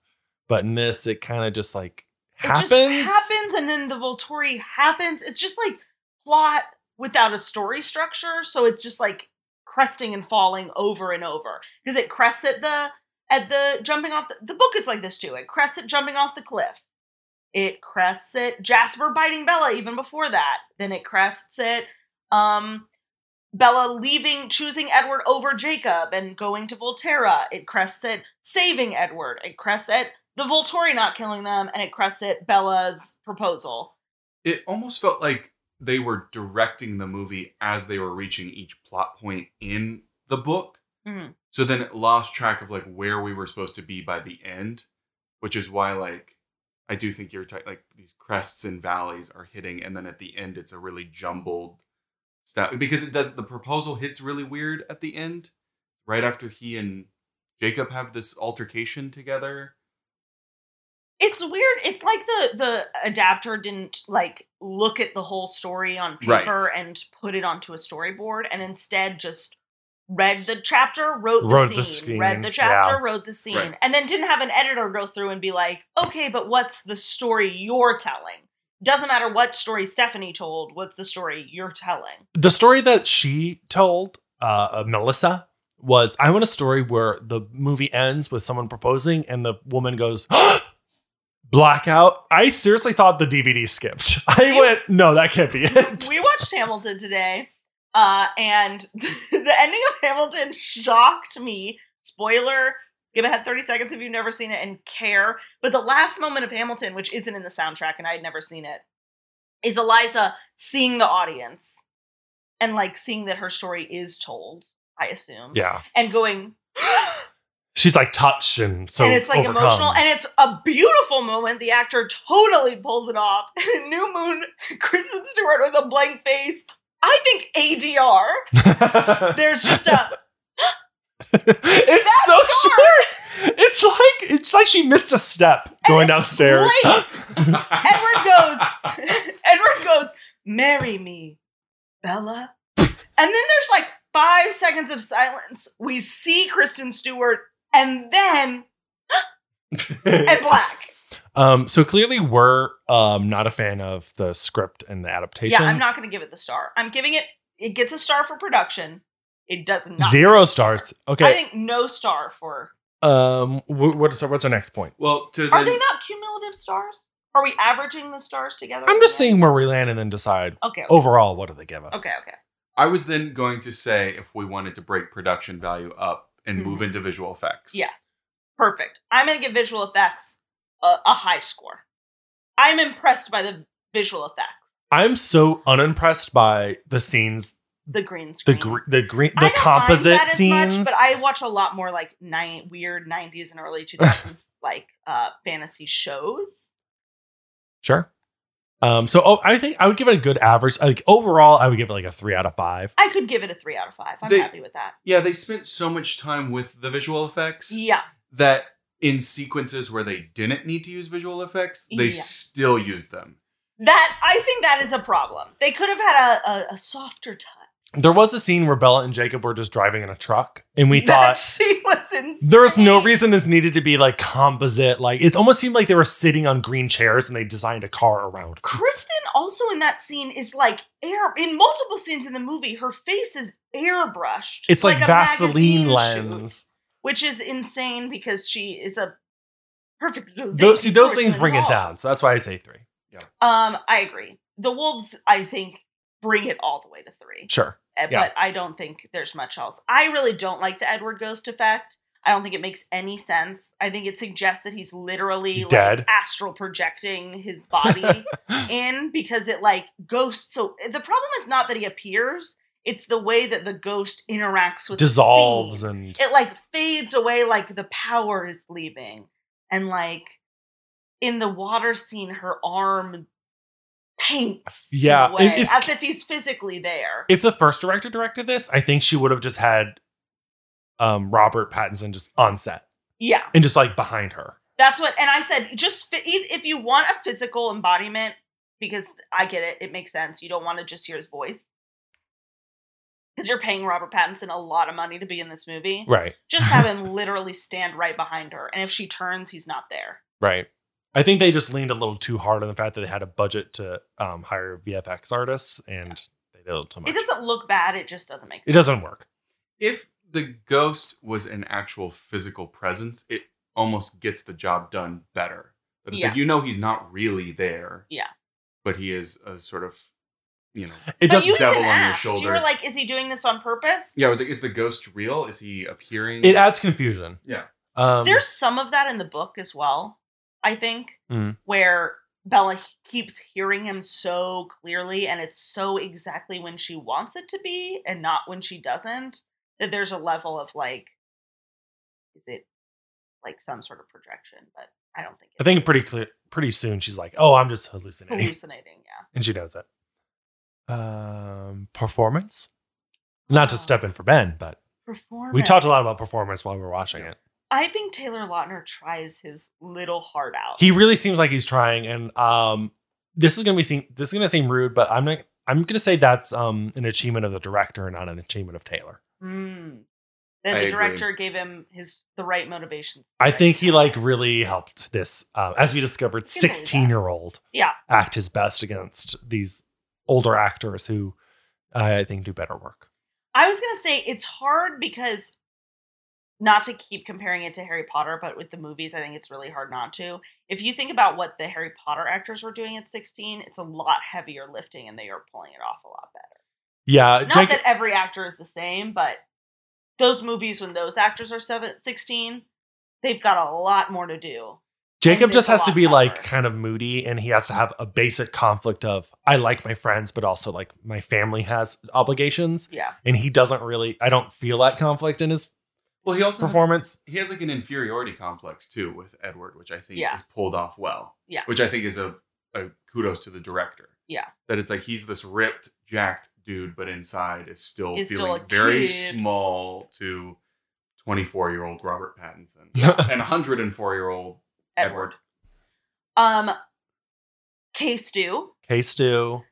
But in this, it kind of just like happens.
It just happens, and then the Volturi happens. It's just like plot without a story structure, so it's just like cresting and falling over and over because it crests at the at the jumping off. The, the book is like this too. It crests at jumping off the cliff. It crests at Jasper biting Bella even before that. Then it crests at um, Bella leaving, choosing Edward over Jacob and going to Volterra. It crests at saving Edward. It crests at the Volturi not killing them, and it crests at Bella's proposal.
It almost felt like they were directing the movie as they were reaching each plot point in the book.
Mhm.
So then it lost track of like where we were supposed to be by the end, which is why like I do think you're tight like these crests and valleys are hitting, and then at the end it's a really jumbled stuff because it does the proposal hits really weird at the end, right after he and Jacob have this altercation together.
It's weird. It's like the the adapter didn't like look at the whole story on
Right.
paper and put it onto a storyboard, and instead just read the chapter, wrote,
Wrote
the, scene,
the scene,
read the chapter,
yeah.
wrote the scene,
Right.
and then didn't have an editor go through and be like, "Okay, but what's the story you're telling?" Doesn't matter what story Stephanie told. What's the story you're telling?
the story that she told, uh, uh, Melissa, was I want a story where the movie ends with someone proposing and the woman goes, blackout. I seriously thought the DVD skipped. I went, no, that can't be it.
we watched Hamilton today, uh, and the ending of Hamilton shocked me. Spoiler: skip ahead thirty seconds if you've never seen it and care. But the last moment of Hamilton, which isn't in the soundtrack, and I had never seen it, is Eliza seeing the audience and like seeing that her story is told. I assume,
Yeah.
and going.
She's like touched and so
and it's like
overcome.
emotional, and it's a beautiful moment. The actor totally pulls it off. And New Moon, Kristen Stewart with a blank face. I think ADR. There's just a
it's so short. It's like it's like she missed a step going
it's
downstairs.
late. Edward goes. Edward goes. Marry me, Bella. And then there's like five seconds of silence. We see Kristen Stewart, and then and black.
Um, so clearly we're um, not a fan of the script and the adaptation.
Yeah, I'm not going to give it the star. I'm giving it. It gets a star for production. It does not.
Zero stars.
I
Okay.
think no star for.
um. wh- What's what's our next point?
Well, to
Are
the,
they not cumulative stars? Are we averaging the stars together?
I'm just saying where we land and then decide
Okay. Okay.
overall what do they give us.
Okay. okay.
I was then going to say if we wanted to break production value up and
Mhm.
move into visual effects.
Yes. Perfect. I'm going to give visual effects a, a high score. I'm impressed by the visual effects,
I'm so unimpressed by the scenes,
the green
the
screen.
gre- the green,
I
the
don't
composite
mind that as
scenes.
Much, but I watch a lot more like ni- weird 90s and early 2000s like uh, fantasy shows.
sure. Um. So oh, I think I would give it a good average. Like overall, I would give it like a three out of five.
I could give it a three out of five. I'm
They-
happy with that.
Yeah, they spent so much time with the visual effects
Yeah.
that in sequences where they didn't need to use visual effects, they
Yeah.
still used them.
That I think that is a problem. They could have had a, a, a softer touch.
There was a scene where Bella and Jacob were just driving in a truck, and we
that
thought
she was insane.
there's no reason this needed to be like composite. Like it almost seemed like they were sitting on green chairs and they designed a car around. them.
Kristen also in that scene is like air in multiple scenes in the movie, her face is airbrushed.
It's like,
a
Vaseline
magazine
lens.
shoot, which is insane because she is a perfect.
Those, see, those
person
things bring it
involved.
down. So that's why I say three.
Um, I agree. The wolves, I think, bring it all the way to three.
Sure.
Uh, But
yeah.
I don't think there's much else. I really don't like the Edward Ghost effect. I don't think it makes any sense. I think it suggests that he's literally like,
Dead.
astral projecting his body in because it like ghosts. So eh, the problem is not that he appears; it's the way that the ghost interacts with the
Dissolves
scene.
and
It like fades away, like the power is leaving, and like in the water scene, her arm paints. in a
Yeah,
way,
if- if-
as if he's physically there.
if the first director directed this, I think she would have just had um, Robert Pattinson just on set
yeah,
and just like behind her.
That's what, and I said, just fi- e- if you want a physical embodiment, because I get it, it makes sense. You don't want to just hear his voice. Because you're paying Robert Pattinson a lot of money to be in this movie.
Right,
Just have him literally stand right behind her. And if she turns, he's not there.
right. I think they just leaned a little too hard on the fact that they had a budget to um, hire VFX artists and they did a little too much.
It doesn't look bad, it just doesn't make sense.
It doesn't work.
If the ghost was an actual physical presence, it almost gets the job done better. But it's
Yeah.
like you know he's not really there.
Yeah.
But he is a sort of you know
but
It does.
you
devil
even
on your
asked, You
shoulder.
were like, is he doing this on purpose?
Yeah, I was like, is the ghost real? Is he appearing?
It adds confusion.
Yeah.
Um,
There's some of that in the book as well, I think,
Mm.
where Bella h- keeps hearing him so clearly and it's so exactly when she wants it to be and not when she doesn't that there's a level of like, is it like some sort of projection? But I don't think
I
it
think
is.
pretty clear. Pretty soon, she's like, "Oh, I'm just hallucinating,"
hallucinating. Yeah.
and she knows it. Um, performance. Not to step in for Ben, but
Performance.
We talked a lot about performance while we were watching it.
I think Taylor Lautner tries his little heart out.
He really seems like he's trying, and um, this is gonna be seem this is gonna seem rude, but I'm not. I'm gonna say that's um an achievement of the director, not an achievement of Taylor.
Mm. That
I
the
agree.
director gave him his the right motivations.
I
Right.
think he like really helped this, um, as we discovered,
Can believe that.
16 year old
Yeah.
act his best against these older actors who I think do better work.
I was gonna say it's hard because not to keep comparing it to Harry Potter, but with the movies, I think it's really hard not to. If you think about what the Harry Potter actors were doing at 16, it's a lot heavier lifting and they are pulling it off a lot better.
Yeah,
Not
J.K.
that every actor is the same, but those movies when those actors are seven, 16, they've got a lot more to do.
Jacob
it's
just
a
has to
lot
be like
tougher.
kind of moody and he has to have a basic conflict of I like my friends, but also like my family has obligations.
Yeah.
And he doesn't really I don't feel that conflict in his
Well, he also has,
performance.
he has like an inferiority complex too with Edward, which I think
Yeah.
is pulled off well.
Yeah.
Which I think is a, a kudos to the director.
Yeah.
That it's like he's this ripped, jacked dude, but inside is still
He's still
feeling
a
very
kid.
small to 24 year old Robert Pattinson and 104 year old Edward.
Um, K. Stew,
K Stu.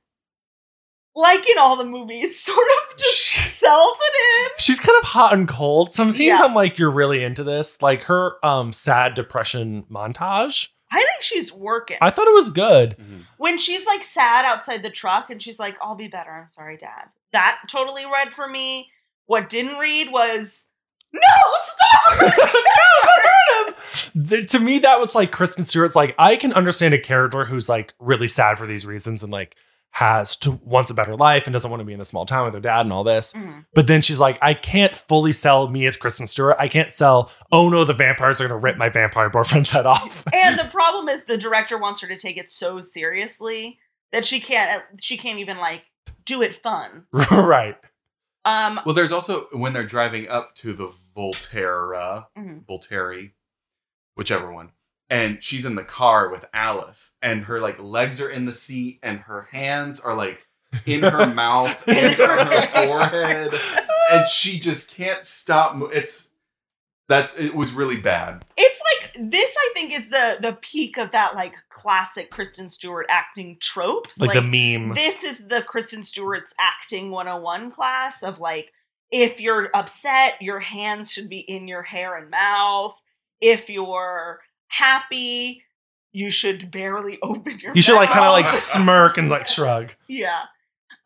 like in all the movies, sort of just sells it
She's kind of hot and cold. Some scenes
Yeah.
I'm like, you're really into this. Like her um sad depression montage.
in. I think she's working.
I thought it was good.
Mm-hmm.
when she's like sad outside the truck and she's like, I'll be better. I'm sorry, dad. That totally read for me. What didn't read was, no, stop. no, hurt him.
Th- to me, that was like Kristen Stewart's like, I can understand a character who's like really sad for these reasons and like has to wants a better life and doesn't want to be in a small town with her dad and all this. But then she's like, I can't fully sell me as Kristen Stewart. I can't sell, oh no, the vampires are gonna rip my vampire boyfriend's head off.
And the problem is the director wants her to take it so seriously that she can't, uh, she can't even like do it fun.
right.
Um,
Well, there's also when they're driving up to the Volterra,
Mhm.
Volteri, whichever one, and she's in the car with Alice, and her like legs are in the seat, and her hands are like in her mouth, in her forehead, and she just can't stop. Mo- it's that's it was really bad.
it's like this, I think is the, the peak of that like classic Kristen Stewart acting tropes.
Like, the meme.
this is the Kristen Stewart's acting 101 class of like if you're upset, your hands should be in your hair and mouth. If you're happy, you should barely open your
you should like kind of
mouth.
like smirk and like shrug.
Yeah.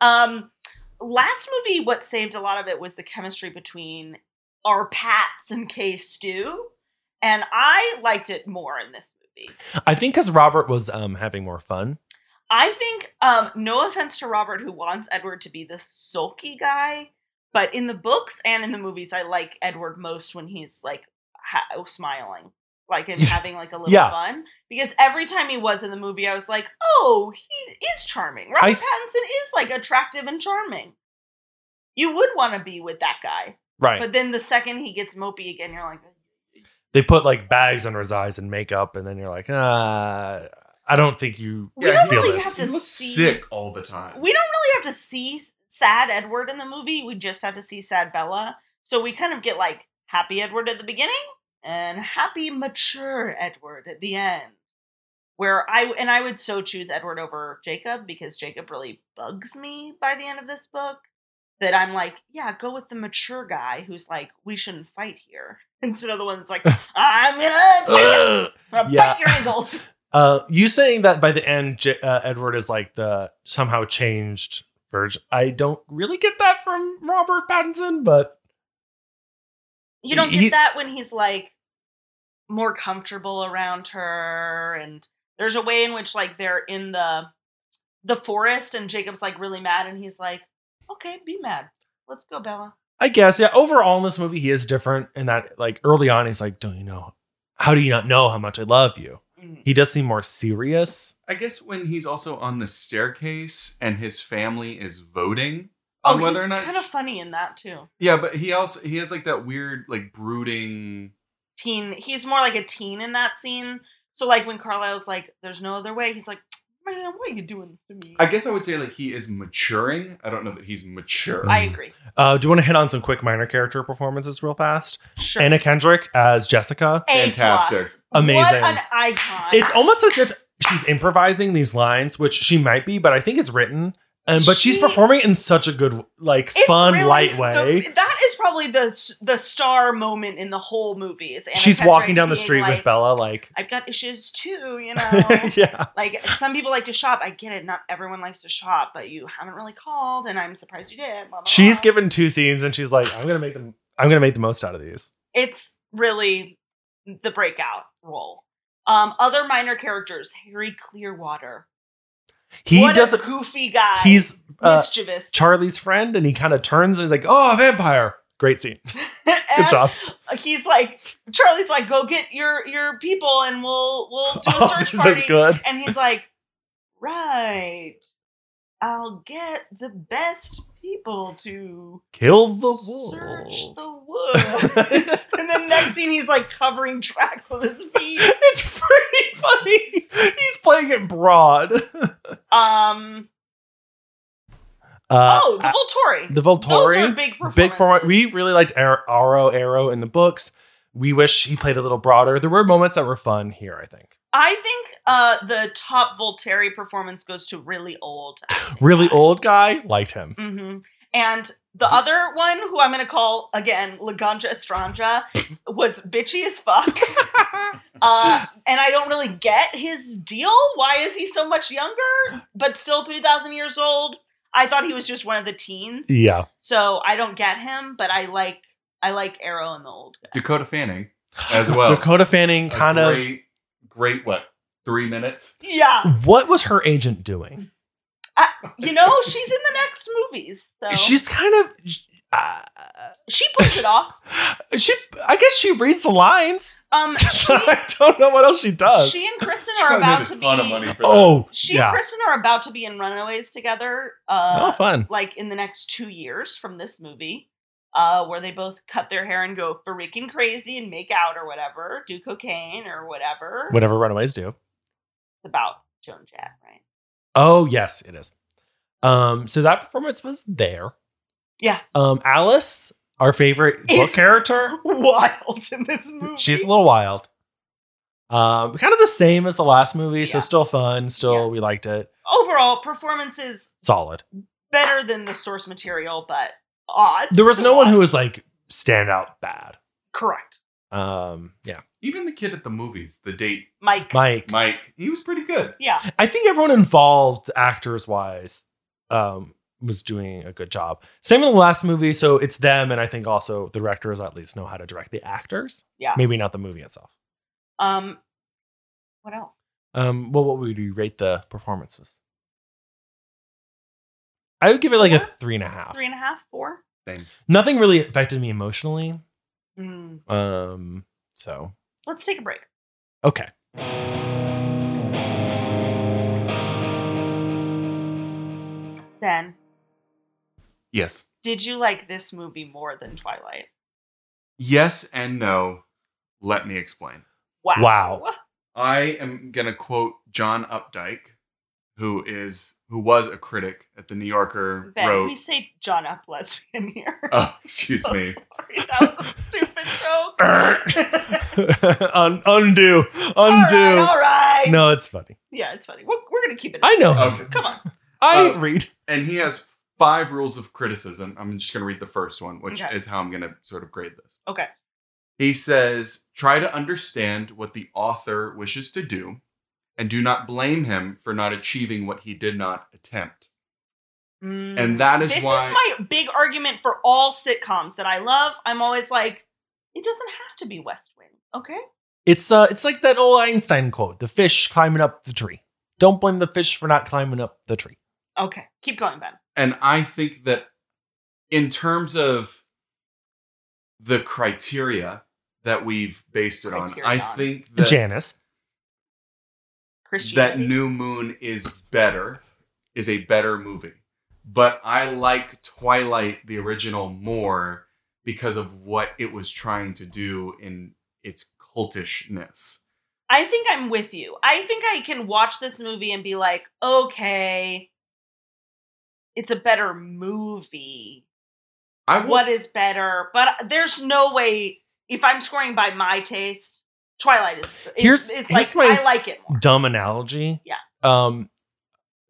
Um last movie what saved a lot of it was the chemistry between our Pats and K Stew. And I liked it more in this movie.
I think because Robert was um having more fun.
I think, um, no offense to Robert, who wants Edward to be the sulky guy, but in the books and in the movies, I like Edward most when he's like ha- oh, smiling, like and having like a little
Yeah.
fun. Because every time he was in the movie, I was like, oh, he is charming. Robert
I s-
Pattinson is like attractive and charming. You would want to be with that guy,
Right.
but then the second he gets mopey again, you're like,
they put like bags under his eyes and makeup, and then you're like, ah, I don't think you.
we
Yeah,
don't
I feel
really
this.
have
She
to
looks
see
sick all the time.
we don't really have to see sad Edward in the movie. We just have to see sad Bella. So we kind of get like happy Edward at the beginning and happy mature Edward at the end. Where I and I would so choose Edward over Jacob because Jacob really bugs me by the end of this book that I'm like, yeah, go with the mature guy who's like, we shouldn't fight here instead of the one that's like, I'm gonna,
Ugh.
I'm gonna
Yeah.
bite your ankles.
Uh, you saying that by the end, J- uh, Edward is like the somehow changed version. I don't really get that from Robert Pattinson, but
You don't
He-
get that when he's like more comfortable around her and there's a way in which like they're in the the forest and Jacob's like really mad and he's like, "Okay, be mad. Let's go, Bella."
I guess yeah. Overall, in this movie, he is different. In that, like early on, he's like, "Don't you know? How do you not know how much I love you?"
Mm.
He does seem more serious.
I guess when he's also on the staircase and his family is voting
Oh,
on whether
he's
or not
kind of funny in that too.
Yeah, but he also he has like that weird like brooding.
Teen, he's more like a teen in that scene. So like when Carlisle's like, "There's no other way," he's like, "Man, why are you doing this to me?"
I guess I would say like he is maturing. I don't know that he's mature.
I agree.
Uh, do you want to hit on some quick minor character performances real fast?
Sure.
Anna Kendrick as Jessica.
A
Fantastic.
plus. What
Amazing.
an icon.
It's almost as if she's improvising these lines, which she might be, but I think it's written. And but she's
She-
performing in such a good, like,
It's
fun,
really
light
the-
way.
that is probably the the star moment in the whole movie. Is Anna
she's
Kendrick
walking down the
being
street
like, oh
with Bella, like,
I've got issues too, you know.
yeah,
like some people like to shop. I get it. Not everyone likes to shop, but you haven't really called, and I'm surprised you did. blah, blah,
she's
blah.
given two scenes, and she's like, I'm gonna make them. I'm gonna make the most out of these.
It's really the breakout role. Um, other minor characters: Harry Clearwater.
He
what
does.
a goofy guy.
He's uh,
mischievous.
Charlie's friend, and he kind of turns and he's like, "Oh, a vampire!" Great scene. Good
And
job.
He's like Charlie's like, go get your your people, and we'll we'll do a
Oh,
search
this
party.
is good.
And he's like, right, I'll get the best people to
Kill the
search
wolves.
the woods. and then next scene, he's like covering tracks with his feet.
It's pretty funny. He's playing it broad.
Um.
Uh,
oh, the Volturi.
the
Those
Volturi.
are big performances.
big for we really liked Ar- Arrow Arrow in the books. We wish he played a little broader. There were moments that were fun here, I think.
I think uh, the top Volturi performance goes to really old.
Really old guy liked him.
hmm And the other one, who I'm going to call again Laganja Estranja, was bitchy as fuck. uh, and I don't really get his deal. Why is he so much younger, but still 3,000 years old? I thought he was just one of the teens.
Yeah.
So I don't get him, but I like I like Arrow and the old guy.
Dakota Fanning as well.
Dakota Fanning
A
kind
great, great. What three minutes?
Yeah.
of what was her agent doing?
You know, she's in the next movies. So
She's kind of uh,
she puts it off.
she I guess she reads the lines.
Um she,
I don't know what else she does.
she and Kristen
She
are
probably
about
made a
to be
ton of money for
oh,
She
yeah.
and Kristen are about to be in Runaways together,
oh,
uh,
fun.
like in the next two years from this movie, uh, where they both cut their hair and go freaking crazy and make out or whatever, do cocaine or whatever.
Whatever runaways do.
It's about Joan Jett, right?
Oh, yes, it is. Um so that performance was there.
Yes.
Um Alice, our favorite book
Is-
character.
Wild in this movie.
She's a little wild. Um, kind of the same as the last movie, so
Yeah.
still fun. Still,
Yeah.
we liked it.
overall performances
Solid.
better than the source material, but odd.
There was
to
no one who
watch.
was like standout bad.
correct.
Um, yeah,
Even the kid at the movies, the date
Mike.
Mike.
Mike, he was pretty good.
Yeah.
I think everyone involved, actors wise, um, was doing a good job. Same in the last movie, so it's them, and I think also the directors at least know how to direct the actors.
Yeah.
maybe not the movie itself.
Um. What else?
Um, well, what would you rate the performances? I would give it like a
Four?
three and a half.
Three and a half, four.
Thing.
Nothing really affected me emotionally.
Mm.
Um, so
Let's take a break.
okay.
Ben,
Yes.
did you like this movie more than Twilight?
Yes and no. Let me explain.
Wow.
Wow.
I am gonna quote John Updike, who is who was a critic at the New Yorker.
Ben,
wrote.
we say John Up lesbian here.
Oh, excuse
So
me. Er,
Sorry, that was a stupid joke.
Un- undo, undo.
all right, all right.
No, it's funny.
Yeah, it's funny. We're, we're going to keep it.
I know.
Okay.
Come on.
I
Uh,
read.
and he has five rules of criticism. I'm just going to read the first one, which
Okay.
is how I'm going to sort of grade this.
Okay.
He says, try to understand what the author wishes to do and do not blame him for not achieving what he did not attempt.
Mm.
And that is
this
why.
is my big argument for all sitcoms that I love. I'm always like, it doesn't have to be West Wing, okay?
It's uh, it's like that old Einstein quote: "The fish climbing up the tree. Don't blame the fish for not climbing up the tree."
Okay, keep going, Ben.
and I think that in terms of the criteria that we've based it on, I
Criterion.
think that.
Janice.
Christian.
that New Moon is better, is a better movie. But I like Twilight, the original, more because of what it was trying to do in its cultishness.
I think I'm with you. I think I can watch this movie and be like, okay, it's a better movie.
I will,
What is better? But there's no way if I'm scoring by my taste, Twilight is. is
Here's-
it's like
here's my-
I like it more.
Dumb analogy.
Yeah.
Um,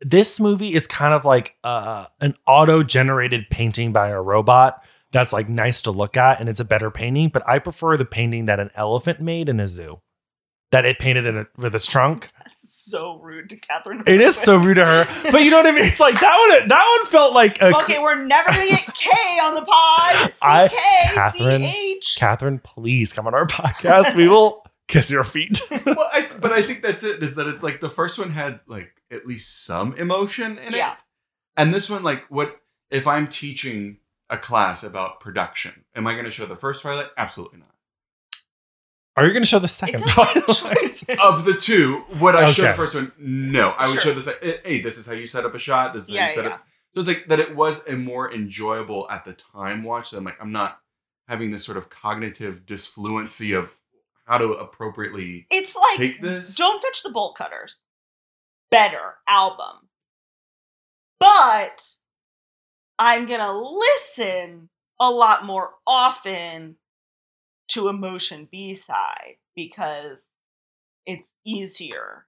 this movie is kind of like uh an auto-generated painting by a robot that's like nice to look at and it's a better painting. But I prefer the painting that an elephant made in a zoo, that it painted in a, with its trunk.
That's so rude to Catherine.
It is so rude to her. But uh, you know what I mean? It's like that one that one felt like a
okay, we're never gonna get K on the pod.
I-
CK,
Catherine-
CH.
Catherine, please come on our podcast. We will kiss your feet.
well, I, but I think that's it. Is that it's like the first one had like at least some emotion in
Yeah.
it, and this one like what if I'm teaching a class about production? Am I going to show the first Twilight? Absolutely not.
Are you gonna show the
It
second
doesn't have
Twilight?
choices.
Of the two, would I show the
Okay.
first one? No, I would
Sure.
show this. Like, hey, this is how you set up a shot. This is how
Yeah,
you set
yeah.
up. So it's like that. It was a more enjoyable at the time watch. So I'm like, I'm not having this sort of cognitive disfluency of how to appropriately
It's like
take this.
Don't fetch the bolt cutters. Better album. But I'm going to listen a lot more often to Emotion B side because it's easier.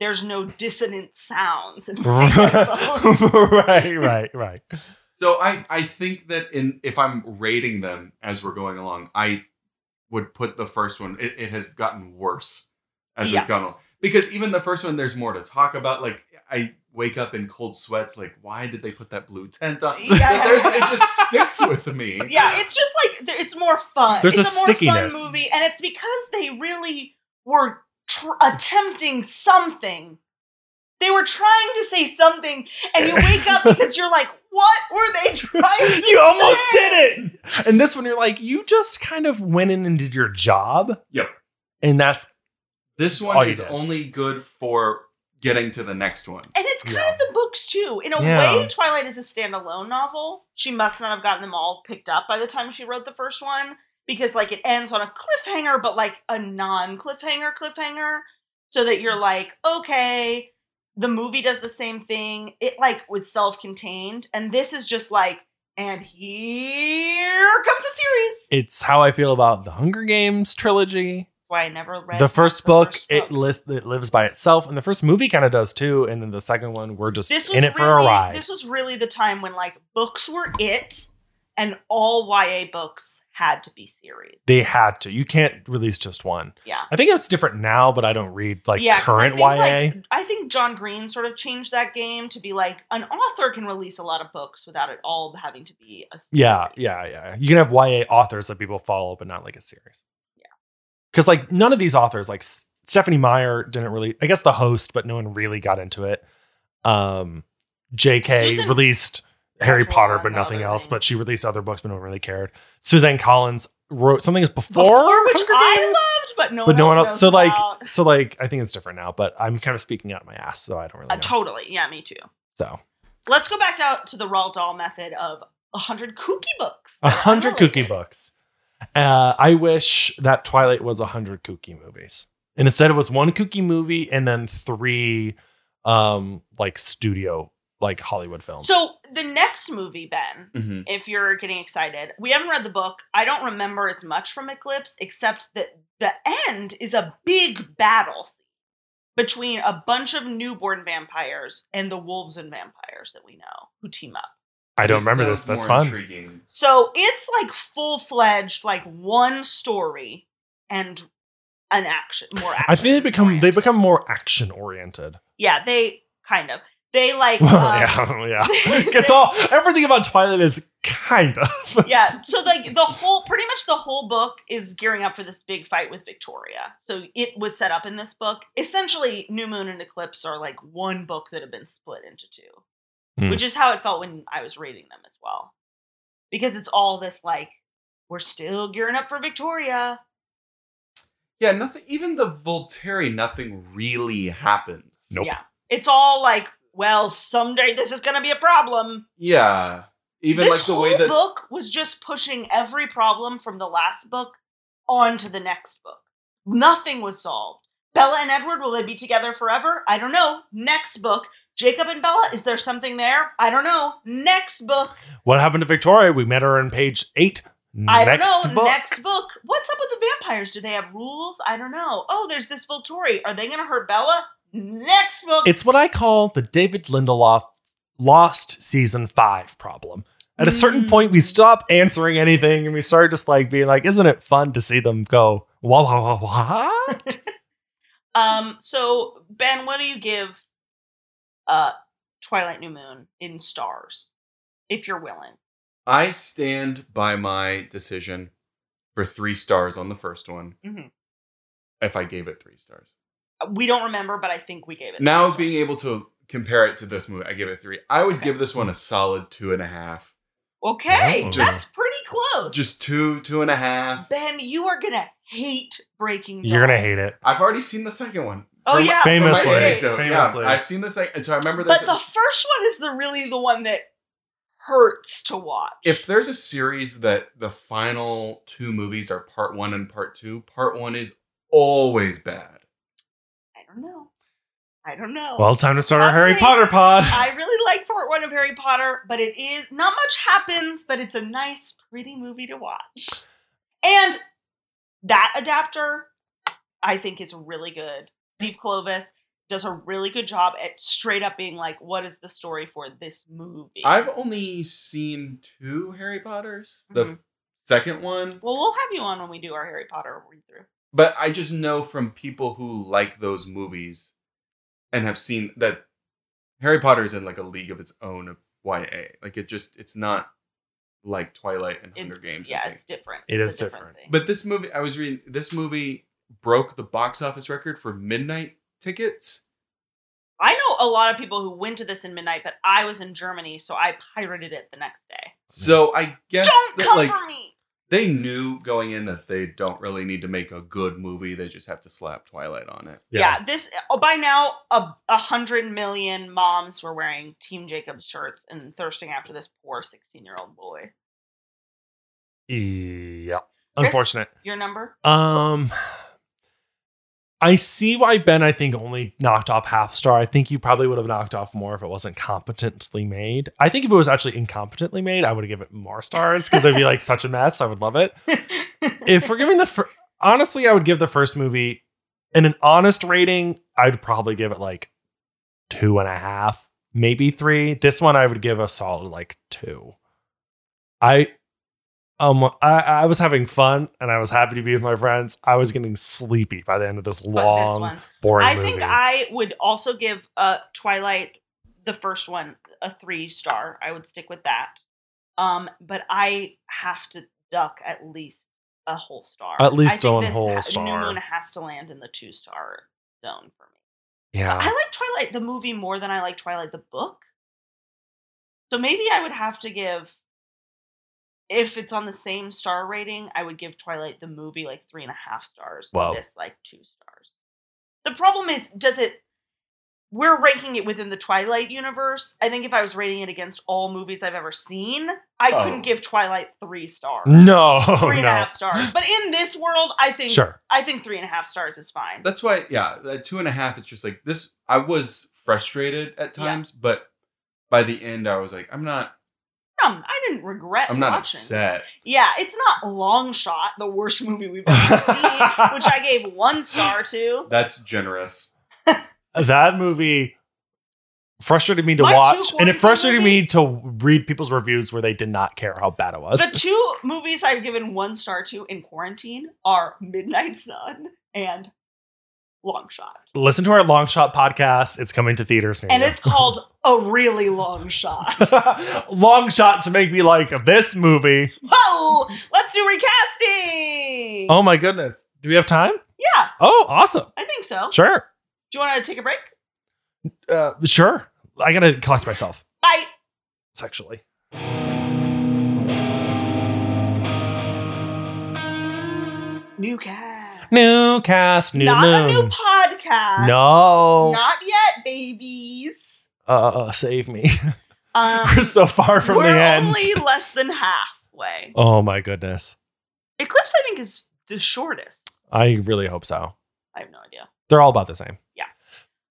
There's no dissonant sounds. In my headphones.
right, right, right.
So I I think that in if I'm rating them as we're going along, I would put the first one. It, it has gotten worse as
Yeah.
we've gone along because even the first one, there's more to talk about. Like I wake up in cold sweats. Like why did they put that blue tent on?
Yeah.
There's, it just sticks with me.
yeah, it's just like th- it's more fun.
There's
it's
a
more
stickiness.
fun movie, and it's because they really were tr- attempting something. They were trying to say something, and you wake up because you're like, "What were they trying?" To
You almost
say?
did it. And this one, you're like, you just kind of went in and did your job.
Yep.
And that's
This
Oh,
one
you
is
did.
only good for getting to the next one.
And it's kind
Yeah.
of the books too. In a
Yeah.
way, Twilight is a standalone novel. She must not have gotten them all picked up by the time she wrote the first one because like it ends on a cliffhanger but like a non-cliffhanger cliffhanger so that you're like, okay, the movie does the same thing. It like was self-contained and this is just like and here comes a series.
it's how I feel about the Hunger Games trilogy.
That's why I never read
the first
the
book,
first
it
book.
list it lives by itself, and the first movie kind of does too. And then the second one, we're just
this was
in
really,
it for a ride.
This was really the time when like books were it, and all YA books had to be series.
they had to. You can't release just one.
yeah,
I think it's different now, but I don't read like
'cause I
current
think,
YA.
Like, I think John Green sort of changed that game to be like an author can release a lot of books without it all having to be a. Series.
yeah, yeah, yeah. You can have YA authors that people follow, but not like a series.
Yeah.
because like none of these authors, like S- Stephanie Meyer, didn't really. I guess the host, but no one really got into it. Um, J.K.
Susan-
released Harry
Actually,
Potter,
on
but
the
nothing
other
else.
thing.
But she released other books, but no one really cared. Suzanne Collins wrote something that's before,
Before, which
Hunger
I
Games.
loved, but no,
but
one
no one
else.
else. So
knows
like, Oh,
about.
so like, I think it's different now. But I'm kind of speaking out of my ass, so I don't really
Uh,
know.
totally, yeah, me too.
so
Let's go back out to the Roald Dahl method of hundred kooky books.
a hundred
Unrelated.
kooky books. Uh, I wish that Twilight was a hundred kooky movies, and instead it was one kooky movie and then three, um, like studio like Hollywood films.
So the next movie, Ben,
Mm-hmm.
Mhm.
if you're getting excited. We haven't read the book. I don't remember as much from Eclipse, except that the end is a big battle scene between a bunch of newborn vampires and the wolves and vampires that we know who team up.
I don't remember
sounds
this. That's
more
fun.
Intriguing.
So it's like full fledged, like one story and an action, more action.
I think they become they
oriented.
become more action oriented.
yeah, they kind of they like
Well,
um,
yeah, yeah. It's all everything about Twilight is kind of.
yeah so like the whole pretty much the whole book is gearing up for this big fight with victoria so it was set up in this book essentially new moon and eclipse are like one book that have been split into two
Hmm.
which is how it felt when i was reading them as well because it's all this like we're still gearing up for victoria
Yeah, nothing. Even the Volturi, nothing really happens.
Nope.
yeah it's all like well someday this is gonna be a problem
Yeah. Even
this
like the
whole
way that
book was just pushing every problem from the last book onto the next book. Nothing was solved. Bella and Edward, will they be together forever? I don't know. Next book. Jacob and Bella, is there something there? I don't know. Next book.
What happened to Victoria? We met her in page eight.
I don't
next
know.
book.
Next book. What's up with the vampires? Do they have rules? I don't know. Oh, there's this Volturi. Are they going to hurt Bella? Next book.
It's what I call the David Lindelof lost season five problem. At a certain
Mm.
point, we stop answering anything and we start just like being like, isn't it fun to see them go, wah, wah, wah, what?
Um, so Ben, what do you give uh Twilight New Moon in stars? If you're willing.
I stand by my decision for three stars on the first one.
Mhm.
If I gave it three stars,
We don't remember, but I think we gave it.
now
three
being able to compare it to this movie, I give it three. I would give this one a solid two and a half.
stars. Okay,
Wow.
that's pretty close.
Just two, two and a half.
Ben, you are gonna hate breaking.
You're
Dawn.
gonna hate it.
I've already seen the second one.
Oh
From-
yeah,
from my
Famously.
anecdote,
Famously.
Yeah, I've seen the second, and so I remember.
But
there's
the
a-
first one is the really the one that hurts to watch.
if there's a series that the final two movies are part one and part two, part one is always bad.
I don't know, I don't know.
Well, time to start our
I'll
Harry
say-
Potter pod.
I really like part one of Harry Potter, but it is not much happens, but it's a nice, pretty movie to watch. And that adapter, I think, is really good. Steve Clovis does a really good job at straight up being like, what is the story for this movie?
I've only seen two Harry Potters. The
Mhm.
f- second one,
well, we'll have you on when we do our Harry Potter read through.
but I just know from people who like those movies and have seen that Harry Potter is in like a league of its own of YA. Like it just it's not like Twilight and Hunger
It's,
Games. I
yeah,
think.
it's different.
It
It's
is
a
different.
thing.
But this movie, I was reading, this movie broke the box office record for midnight tickets.
I know a lot of people who went to this in midnight, but I was in Germany, so I pirated it the next day.
So I guess
Don't
that,
come
like
for me.
they knew going in that they don't really need to make a good movie. They just have to slap Twilight on it.
Yeah. this oh, by now a, a hundred million moms were wearing Team Jacobs shirts and thirsting after this poor sixteen-year-old boy.
Yeah.
Chris?
Unfortunate.
Your number?
Um, I see why Ben, I think, only knocked off half star. I think you probably would have knocked off more if it wasn't competently made. I think if it was actually incompetently made, I would have given it more stars because it'd be like such a mess. I would love it. If we're giving the fir- honestly, I would give the first movie in an honest rating. I'd probably give it like two and a half, maybe three. This one I would give a solid like two. I um I, I was having fun and I was happy to be with my friends. I was getting sleepy by the end of this
Fuck
long,
this one.
boring
I
movie.
think I would also give uh Twilight the first one a three star. I would stick with that. Um, but I have to duck at least a whole star.
At least
I think
one
this
whole
New
star.
Moon has to land in the two star zone for me. I
yeah.
like Twilight the movie more than I like Twilight the book. So maybe I would have to give, if it's on the same star rating, I would give Twilight the movie like three and a half stars.
Wow.
This like two stars. The problem is, does it? We're ranking it within the Twilight universe. I think if I was rating it against all movies I've ever seen, I
Oh.
couldn't give Twilight three stars.
No,
three and a half
no.
stars. But in this world, I think
Sure.
I think three and a half stars is fine.
That's why, yeah, at two and a half, it's just like this. I was frustrated at
Yeah.
times, but by the end, I was like, I'm not,
Um, I didn't regret.
I'm not
watching.
upset.
Yeah, it's not Long Shot, the worst movie we've ever seen, which I gave one star to.
That's generous.
That movie frustrated me to
My two
watch and it
quarantine
frustrated me
movies-
to read people's reviews where they did not care how bad it was.
The two movies I've given one star to in quarantine are Midnight Sun and Long Shot.
Listen to our long shot podcast. It's coming to theaters near
And
you.
it's called A Really Long Shot.
long shot to make me like this movie.
Whoa! Let's do recasting!
Oh my goodness. Do we have time?
Yeah,
Oh, awesome.
I think so.
Sure.
Do you want to take a break?
Uh, sure. I gotta collect myself
Bye!
sexually.
New cast.
New cast, new
Not a new
moon.
podcast.
no.
Not yet, babies.
uh, save me.
Um,
We're so far from the
We're
end.
only less than halfway.
oh my goodness.
Eclipse, I think, is the shortest.
I really hope so.
I have no idea.
They're all about the same.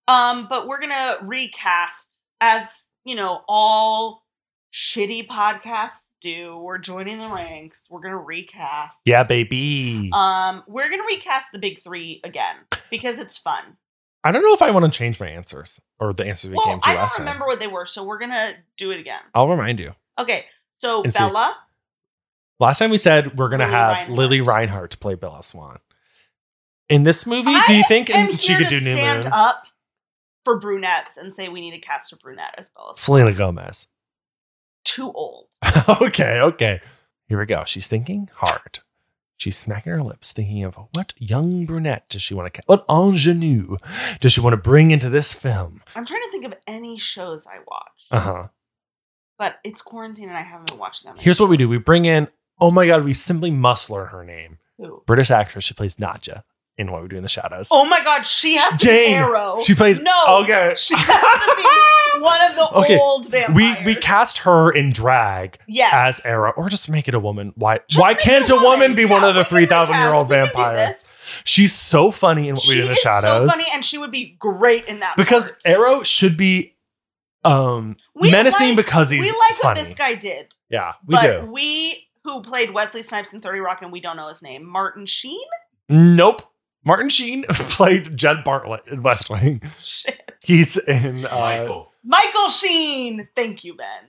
Um, but we're gonna recast as you know all shitty podcasts do. We're joining the ranks. We're gonna recast.
Yeah, baby.
Um, we're gonna recast the big three again because it's fun.
I don't know if I want to change my answers or the answers we
Well,
came to
I don't
last
remember
time.
what they were, so we're gonna do it again.
I'll remind you.
Okay, so
And see-
Bella,
Last time we said we're gonna
Lily
have
Reinhart.
Lily Reinhardt play Bella Swan. in this movie? do you think
I'm
she
here
could
to
do New
stand
Moon?
up for brunettes and say we need to cast a brunette as Bella.
Selena Gomez.
Too old.
okay, okay. Here we go. She's thinking hard. She's smacking her lips, thinking of what young brunette does she want to, what ingenue does she want to bring into this film?
I'm trying to think of any shows I watch,
Uh huh.
but it's quarantine and I haven't been watching them.
Here's what we do we bring in, oh my God, we simply must learn her name.
Who?
British actress. She plays Nadja in What We Do in the Shadows.
Oh my god, she has
Jane.
to be Arrow.
She plays-
no.
okay.
Oh, she has to be one of the
Okay,
old vampires.
we we cast her in drag
yes.
as Era, or just make it a woman. Why
Just
why
make
can't
it
a woman be
Yeah,
one of
we
the
can
three thousand year old
recast. We can do
vampires?
this.
She's so funny in what we
She
do in the
is
shadows.
so funny, and she would be great in that
because
part.
Arrow should be um
We
menacing
like-
because he's
we like what
funny.
this guy did,
yeah, we
but
do.
we who played Wesley Snipes in Thirty Rock, and we don't know his name, Martin Sheen.
Nope. Martin Sheen played Jed Bartlett in West Wing.
Shit.
He's in
Oh
uh,
Michael.
Michael Sheen. Thank you, Ben.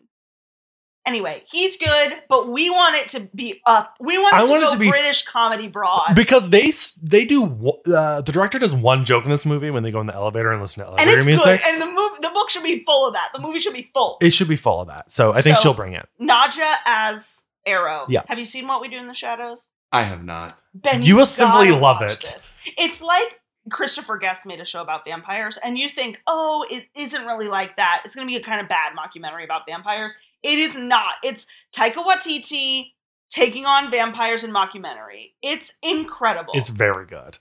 Anyway, he's good, but we want it to be up. We want it,
I
to,
want it
go
to be-
British comedy broad,
because they s- they do wo- uh, the director does one joke in this movie when they go in the elevator and listen to
and
elevator
it's
music.
good. And the movie, the book should be full of that. The movie should be full.
It should be full of that. So I think
So-
she'll bring it.
Naja as Arrow.
Yeah.
Have you seen What We Do in the Shadows?
I have not.
Ben,
You will
gotta
simply love
watch
it.
this. It's like Christopher Guest made a show about vampires, and you think, oh, it isn't really like that. It's going to be a kind of bad mockumentary about vampires. It is not. It's Taika Waititi taking on vampires in mockumentary. It's incredible.
It's very good.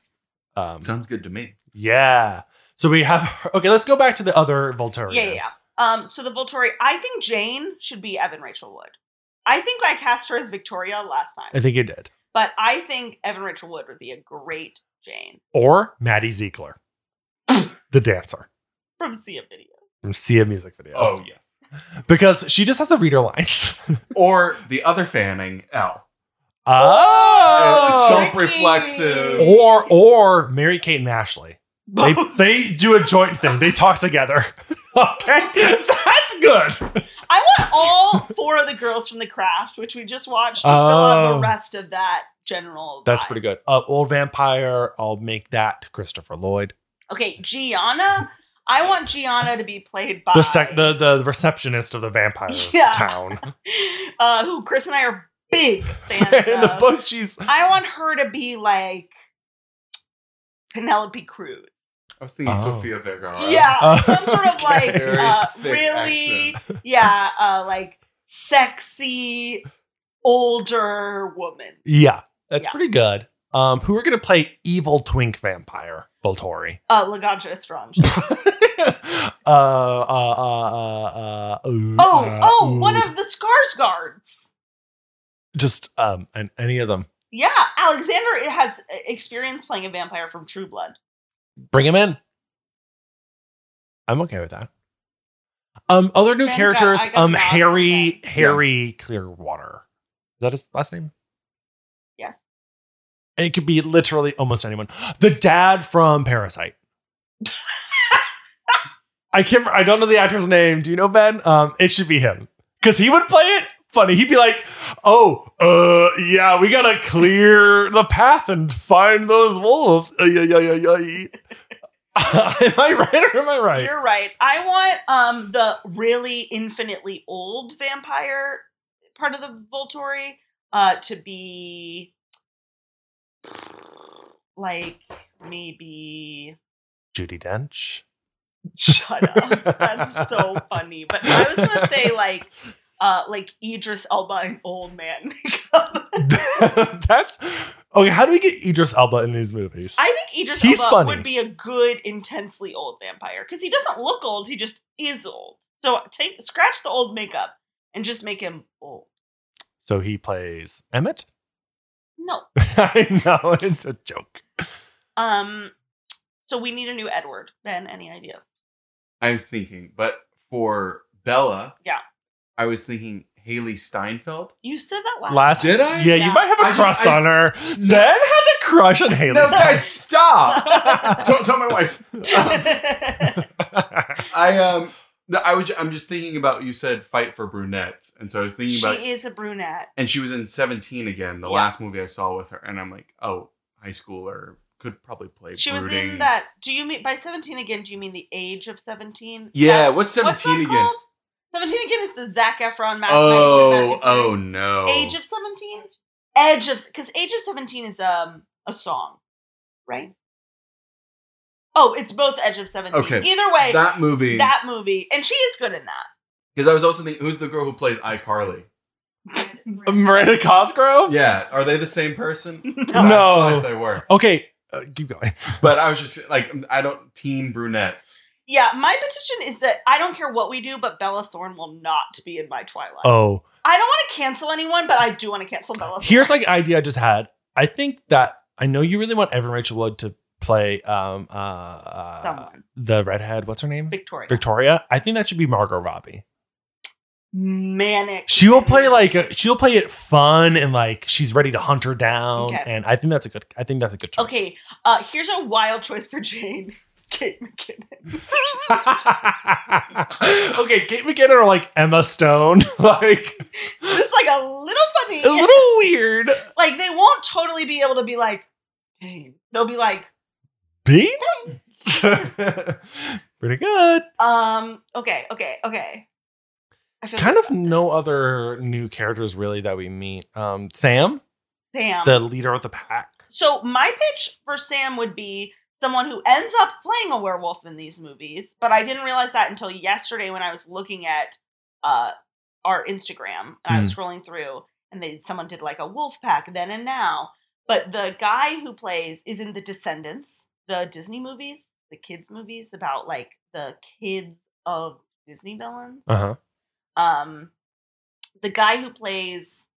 Um,
Sounds good to me.
yeah. So we have okay. Let's go back to the other Volturi.
yeah, yeah, yeah. Um, so the Volturi, I think Jane should be Evan Rachel Wood. I think I cast her as Victoria last
I
time,
think you did.
but I think Evan Rachel Wood would be a great Jane
Or Maddie Ziegler, the dancer
from Sea of Video.
from Sia music videos.
Oh yes.
because she just has to read her lines.
Or the other Fanning, L. Uh,
Oh,
oh.
so-
Self-reflexive.
tricky.
or or Mary Kate and Ashley. They they do a joint thing. They talk together. okay, that's good.
I want all four of the girls from the craft, which we just watched, to fill out
Oh.
the rest of that general.
That's
vibe.
pretty good. Uh, old vampire. I'll make that Christopher Lloyd.
Okay, Gianna. I want Gianna to be played by
the sec the the receptionist of the vampire
Yeah.
town.
uh, who Chris and I are big fans
In the
of.
book, she's
I want her to be like Penelope Cruz.
I was thinking
Oh.
Sofia Vergara.
Yeah,
Uh,
some sort of like
Very
uh,
thick
really, yeah, uh, like sexy older woman.
yeah, that's
Yeah.
pretty good. Um, who are gonna play evil twink vampire Voltori?
Uh, Laganja Estrange.
uh, uh, uh, uh, uh, ooh,
Oh,
uh,
oh,
ooh.
one of the Scars guards.
just um, and any of them.
Yeah, Alexander has experience playing a vampire from True Blood.
Bring him in. I'm okay with that. Um, other new
Ben got-
characters.
I got
um,
knocked
Harry,
back.
Harry Clearwater. Is that his last name?
Yes.
And it could be literally almost anyone. The dad from Parasite. I can't. I don't know the actor's name. Do you know Ben? Um, it should be him because he would play it funny. He'd be like, "Oh, uh, yeah, we gotta clear the path and find those wolves." Uh, yeah, yeah, yeah, yeah. am I right or am I right?
You're right. I want um the really infinitely old vampire part of the Volturi uh to be like maybe
Judy Dench.
shut up. That's so funny. But I was gonna say like uh like Idris Elba in old man makeup.
That's okay. How do we get Idris Elba in these movies?
I think Idris
He's
Elba
funny.
would be a good, intensely old vampire because he doesn't look old; he just is old. So take scratch the old makeup and just make him old.
so he plays Emmett.
No,
I know it's a joke.
um, so we need a new Edward. Ben, any ideas?
I'm thinking, but for Bella,
Yeah.
I was thinking Haley Steinfeld.
You said that last.
Last
Did I?
Yeah, you
Yeah.
might have a
I just-
crush
I-
on her. Ben has a crush on Haley.
No,
Steinfeld.
guys, stop! Don't tell my wife. Oh. I um, no, I would. I'm just thinking about you said fight for brunettes, and so I was thinking
she
about,
is a brunette.
and she was in 17 again, the
Yeah.
last movie I saw with her, and I'm like, oh, high school or could probably play.
She was
brooding.
in that. Do you mean by seventeen again? Do you mean the age of seventeen?
Yeah, what's
what's that
seventeen again?
called? Seventeen again is the Zac Efron Matt
Oh,
Lanter, Zac
oh
Efron.
no.
Age of seventeen. Edge of because Age of Seventeen is um a song, right? Oh, it's both Edge of Seventeen.
Okay.
Either way, that,
that movie.
movie, and she is good in that.
Because I was also thinking, who's the girl who plays iCarly?
Miranda Cosgrove?
Yeah, are they the same person?
Oh. No.
I
No.
thought they were.
Okay, uh, keep going.
But I was just like, I don't teen brunettes.
Yeah, my petition is that I don't care what we do, but Bella Thorne will not be in my Twilight.
Oh,
I don't want to cancel anyone, but I do want to cancel Bella. Thorne.
here's like an idea I just had. I think that I know you really want Evan Rachel Wood to play um uh, uh
someone
the redhead. What's her name?
Victoria
Victoria. I think that should be Margot Robbie.
manic.
She will play like a, she'll play it fun and like she's ready to hunt her down.
Okay.
And I think that's a good. I think that's a good choice.
Okay, uh, here's a wild choice for Jane. Kate McKinnon.
okay, Kate McKinnon or like Emma Stone, like
Just like a little funny.
a little weird.
like they won't totally be able to be like, Jane. They'll be like,
Bean? Pretty good.
um, okay, okay, okay. I feel
Kind
like
of no other new characters really that we meet. Um, Sam,
Sam.
the leader of the pack.
so my pitch for Sam would be someone who ends up playing a werewolf in these movies, but I didn't realize that until yesterday when I was looking at uh our Instagram and I was scrolling through and they someone did like a wolf pack then and now. But the guy who plays is in the Descendants, the Disney movies, the kids movies about like the kids of Disney villains.
Uh huh.
um the guy who plays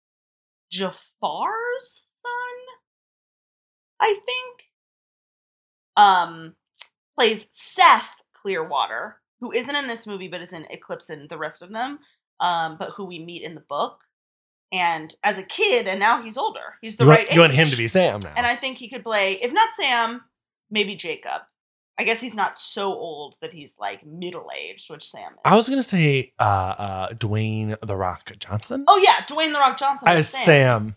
Jafar's son, I think, um plays Seth Clearwater, who isn't in this movie but is in Eclipse and the rest of them, um, but who we meet in the book. And as a kid, and now he's older. He's the
you,
right
want, you want him
age.
to be Sam now.
And I think he could play, if not Sam, maybe Jacob. I guess he's not so old that he's like middle aged, which Sam is.
I was gonna say uh, uh, Dwayne the Rock Johnson
Oh yeah, Dwayne the Rock Johnson
as
as
Sam.
Sam.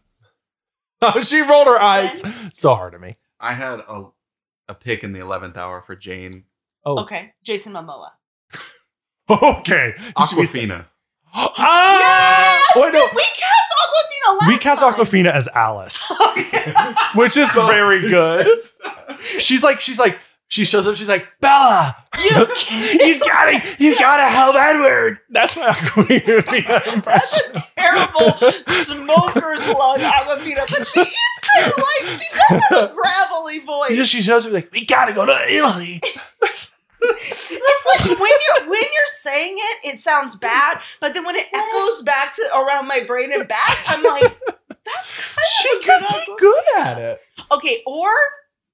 Oh, she rolled her eyes so hard at me.
I had a a pick in the eleventh hour for Jane
Oh, okay.
Okay, Jason Momoa.
He should be Sam.
Aquafina.
Ah! Wait, no.
We cast Aquafina last.
We cast
time.
Aquafina as Alice,
Oh, Aquafina.
which is very good. She's like, she's like, she shows up. She's like, Bella,
you can't.
you gotta, you gotta help Edward. That's my Aquafina
That's
impression.
a terrible smoker's lung Aquafina, but she is kind of like she does have a gravelly
You know,
voice.
she shows up like, we gotta go to Italy.
It's like when you're when you're saying it, it sounds bad, but then when it echoes back to around my brain and back, I'm like, that's kind
She
of a good
could be
Aquafina.
good at it.
Okay, or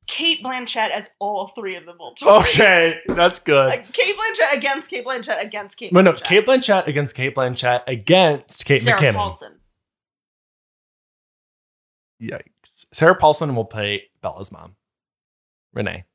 Kate Blanchett as all three of the Volturi.
Oh, Okay, that's good.
Like, Kate Blanchett against Kate Blanchett against Kate.
But no,
Blanchett.
Kate Blanchett against Kate Blanchett against Kate
Sarah
McKinnon.
Paulson.
Yikes. Sarah Paulson will play Bella's mom, Renee.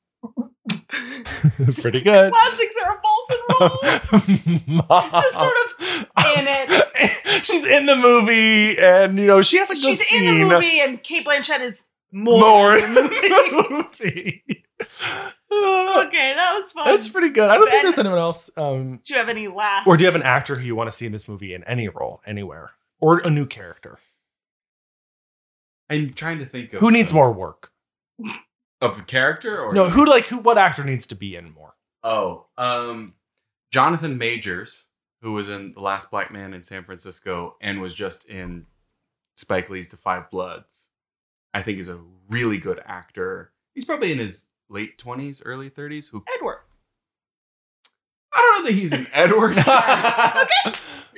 Pretty good.
Classic Sarah Paulson role.
Mom.
Just sort of in it.
she's in the movie, and you know she has a good
She's
scene.
in the movie, and Kate Blanchett is more.
More in the movie. Uh,
Okay, that was fun.
that's pretty good. I don't think
Oh, Ben-
there's anyone else. Um,
do you have any last?
or do you have an actor who you want to see in this movie in any role, anywhere, or a new character
I'm trying to think of
who needs
some-
more work?
of a character or
No, who like who? What actor needs to be in more?
Oh, um, Jonathan Majors, who was in The Last Black Man in San Francisco and was just in Spike Lee's To Five Bloods, I think is a really good actor. He's probably in his late 20s, early 30s. Who
Edward?
I don't know that he's an Edward.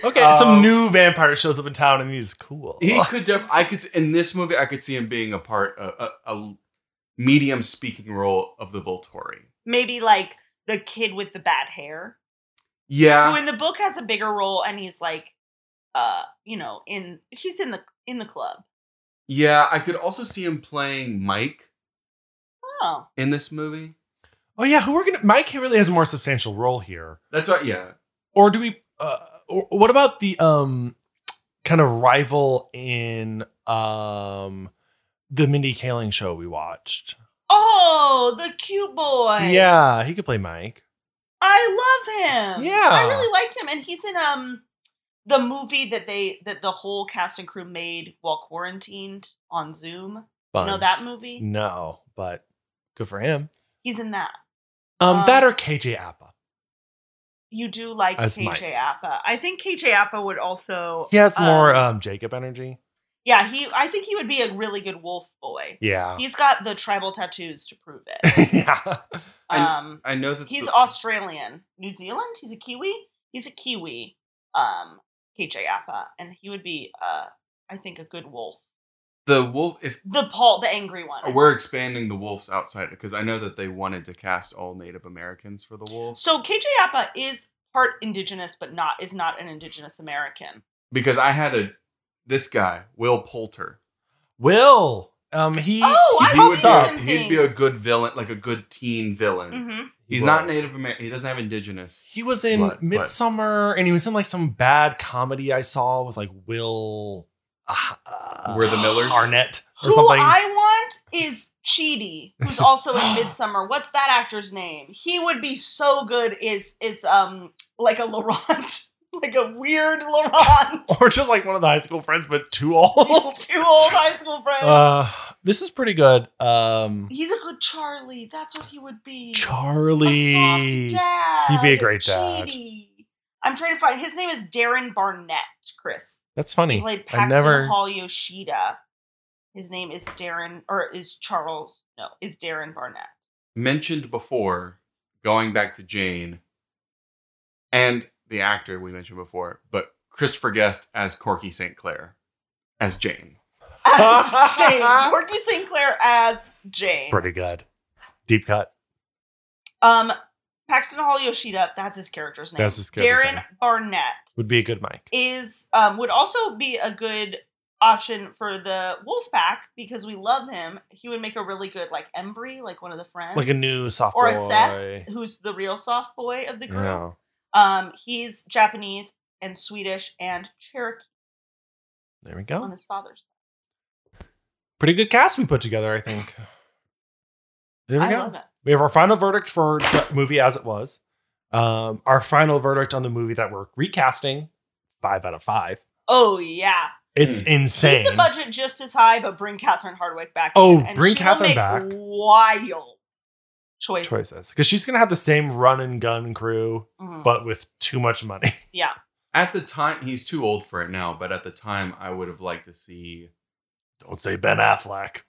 okay.
Um,
some new vampire shows up in town, and he's cool.
he could def- I could s- in this movie I could see him being a part a, a, a medium speaking role of the Volturi.
Maybe like the kid with the bad hair, who
Yeah.
in the book has a bigger role, and he's like, uh, you know, in he's in the in the club.
Yeah, I could also see him playing Mike
Oh,
in this movie.
Oh yeah, who we're gonna? Mike really has a more substantial role here.
That's right. Yeah.
Or do we? Uh, or what about the um kind of rival in um the Mindy Kaling show we watched?
Oh, the cute boy.
Yeah, he could play Mike.
I love him.
Yeah.
I really liked him, and he's in um the movie that they that the whole cast and crew made while quarantined on Zoom. You
Fun. Mm.
know that movie?
No, but good for him.
He's in that.
Um,
Um,
that or KJ Appa.
You do like
As
KJ
Mike.
Appa. I think KJ Appa would also.
He has
um,
more um Jacob energy.
Yeah, he. I think he would be a really good wolf boy.
Yeah.
He's got the tribal tattoos to prove it.
yeah.
And-
Um,
I know that
he's
the-
Australian, New Zealand. He's a Kiwi. He's a Kiwi. Um, KJ Appa, and he would be, uh, I think, a good wolf.
the wolf. If
The Paul, the angry one.
we're expanding the wolves outside, because I know that they wanted to cast all Native Americans for the wolves,
So KJ Appa is part indigenous, but not is not an indigenous American.
because I had a this guy Will Poulter.
Will. Um he
Oh, I
he
love
would
pops
be,
him.
up.
a, he'd be a
things.
good villain, like a good teen villain.
hmm
He's
He
not
was.
Native American. He doesn't have indigenous.
He was in
What? What?
Midsummer, and he was in like some bad comedy I saw with like Will. Uh, uh,
We're the Millers?
Arnett or
Who
something.
I want is Cheedy, who's also in Midsummer. What's that actor's name? He would be so good. Is is um like a Laurent, like a weird Laurent.
or just like one of the high school friends, but too old.
Two old high school friends.
Oh. Uh, this is pretty good. Um,
He's a good Charlie. That's what he would be.
Charlie.
A soft dad.
He'd be a great dad.
Cheedy. I'm trying to find his name is Darren Barnett, Chris.
That's
He
funny.
played
I
Paxton
never.
Hall Yoshida. His name is Darren or is Charles no, is Darren Barnett.
Mentioned before, going back to Jane and the actor we mentioned before, but Christopher Guest as Corky St. Clair as Jane.
As Jane. Courtney Sinclair as Jane.
Pretty good. Deep cut.
Um Paxton Hall Yoshida, that's his character's name.
That's his character's
Darren
name.
Barnett
Would be a good mic.
is um would also be a good option for the wolf pack because we love him. He would make a really good like Embry, like one of the friends.
Like a new soft
or a
boy.
Seth, who's the real soft boy of the group.
Yeah.
Um, he's Japanese and Swedish and Cherokee
There we
on
go.
his father's.
Pretty good cast we put together, I think. There we
I
go.
love it.
We have our final verdict for the movie as it was. Um, our final verdict on the movie that we're recasting, five out of five.
Oh yeah,
It's insane.
keep the budget just as high, but bring Catherine Hardwick back.
Oh,
in, and
bring
she
Catherine
will make
back.
Wild choices.
Choices. Because she's gonna have the same run and gun crew,
Mhm.
but with too much money.
yeah,
At the time, he's too old for it now, but at the time, I would have liked to see
Don't say Ben Affleck.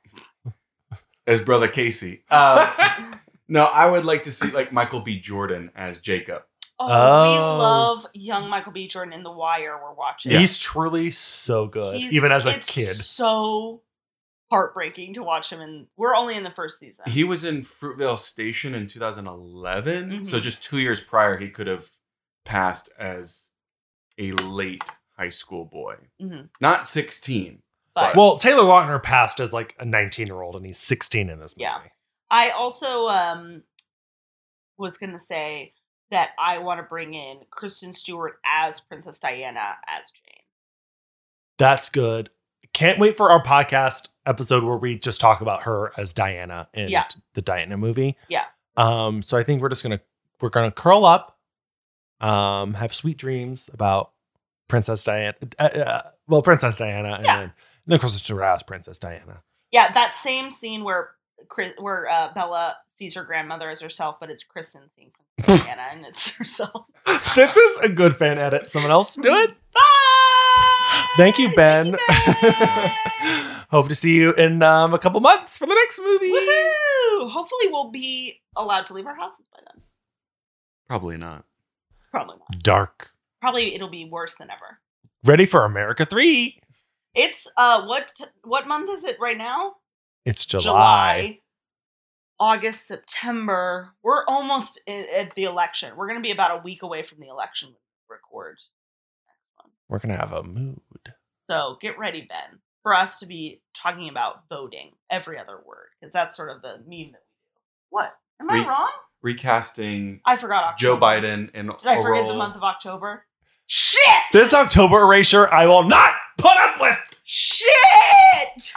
as brother Casey. Uh,
Um,
no, I would like to see like Michael B. Jordan as Jacob.
oh,
Oh.
we love young Michael B. Jordan in The Wire. We're watching.
He's truly so good,
He's-
even as a
it's
kid.
So heartbreaking to watch him, and we're only in the first season.
He was in Fruitvale Station in 2011,
Mhm.
so just two years prior, he could have passed as a late high school boy,
Mhm.
not 16.
But
Well, Taylor Lautner passed as like a 19 year old, and he's 16 in this movie.
Yeah. I also um was gonna say that I want to bring in Kristen Stewart as Princess Diana as Jane.
That's good. Can't wait for our podcast episode where we just talk about her as Diana in
Yeah.
the Diana movie.
Yeah.
Um, so I think we're just gonna we're gonna curl up, um, have sweet dreams about Princess Diana. Uh, uh, well, Princess Diana, and
Yeah.
then and then Kristen Stewart as Princess Diana.
Yeah, that same scene where Chris, where uh, Bella sees her grandmother as herself, but it's Kristen seeing Princess Diana, and it's herself.
this is a good fan edit. Someone else do it.
Bye.
Thank you, Ben.
Ben.
Hope to see you in um, a couple months for the next movie.
Woohoo! Hopefully, we'll be allowed to leave our houses by then.
Probably not.
Probably not.
Dark.
Probably it'll be worse than ever.
Ready for America three?
It's uh, what what month is it right now?
It's
July, August, September. We're almost i- at the election. We're going to be about a week away from the election when we record.
We're gonna have a mood.
So get ready, Ben, for us to be talking about voting every other word because that's sort of the meme that we do. What? Am I
We-
wrong?
Recasting
I forgot October.
Joe Biden in
Did I
a
forget
role-
the month of October? Shit!
This October erasure, I will not put up with.
Shit!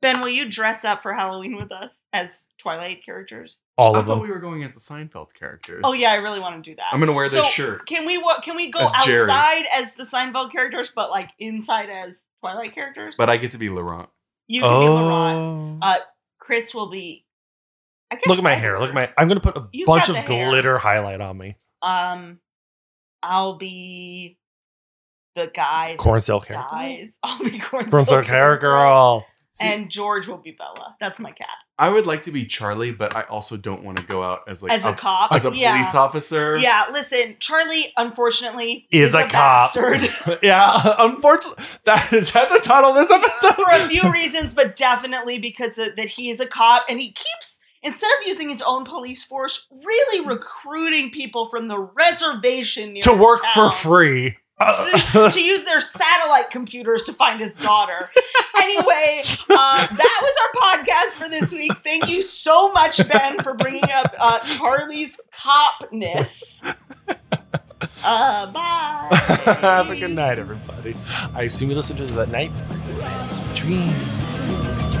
Ben, will you dress up for Halloween with us as Twilight characters?
All
I
of
thought
them.
we were going as the Seinfeld characters.
Oh yeah, I really want to do that.
I'm gonna wear this
So,
shirt.
Can we wa- can we go
As Jerry.
outside as the Seinfeld characters, but like inside as Twilight characters?
But I get to be Laurent.
you can be Laurent.
oh.
Uh, Chris will be. I guess
Look at my
I-
hair. Look at my. I'm gonna put a
You've
bunch
got
of
the hair.
glitter highlight on me.
Um, I'll be the guy.
Corn silk hair.
that dies. I'll be corn,
Corn silk hair girl.
See,
And George will be Bella. That's my cat.
I would like to be Charlie, but I also don't want to go out as like
As a,
oh,
cop,
as a
yeah.
police officer.
Yeah, listen, Charlie, unfortunately,
Is a cop.
bastard
yeah. Unfortunately, that is that the title of this
for a
episode.
few reasons, but definitely because of, that he is a cop and he keeps instead of using his own police force, really recruiting people from the reservation
to
nearest
work for
town
free.
to, to use their satellite computers to find his daughter. anyway, uh, that was our podcast for this week. Thank you so much, Ben, for bringing up uh, Charlie's copness. Uh, bye.
Have a good night, everybody. I assume you listen to this at night before you go to bed. Sweet dreams.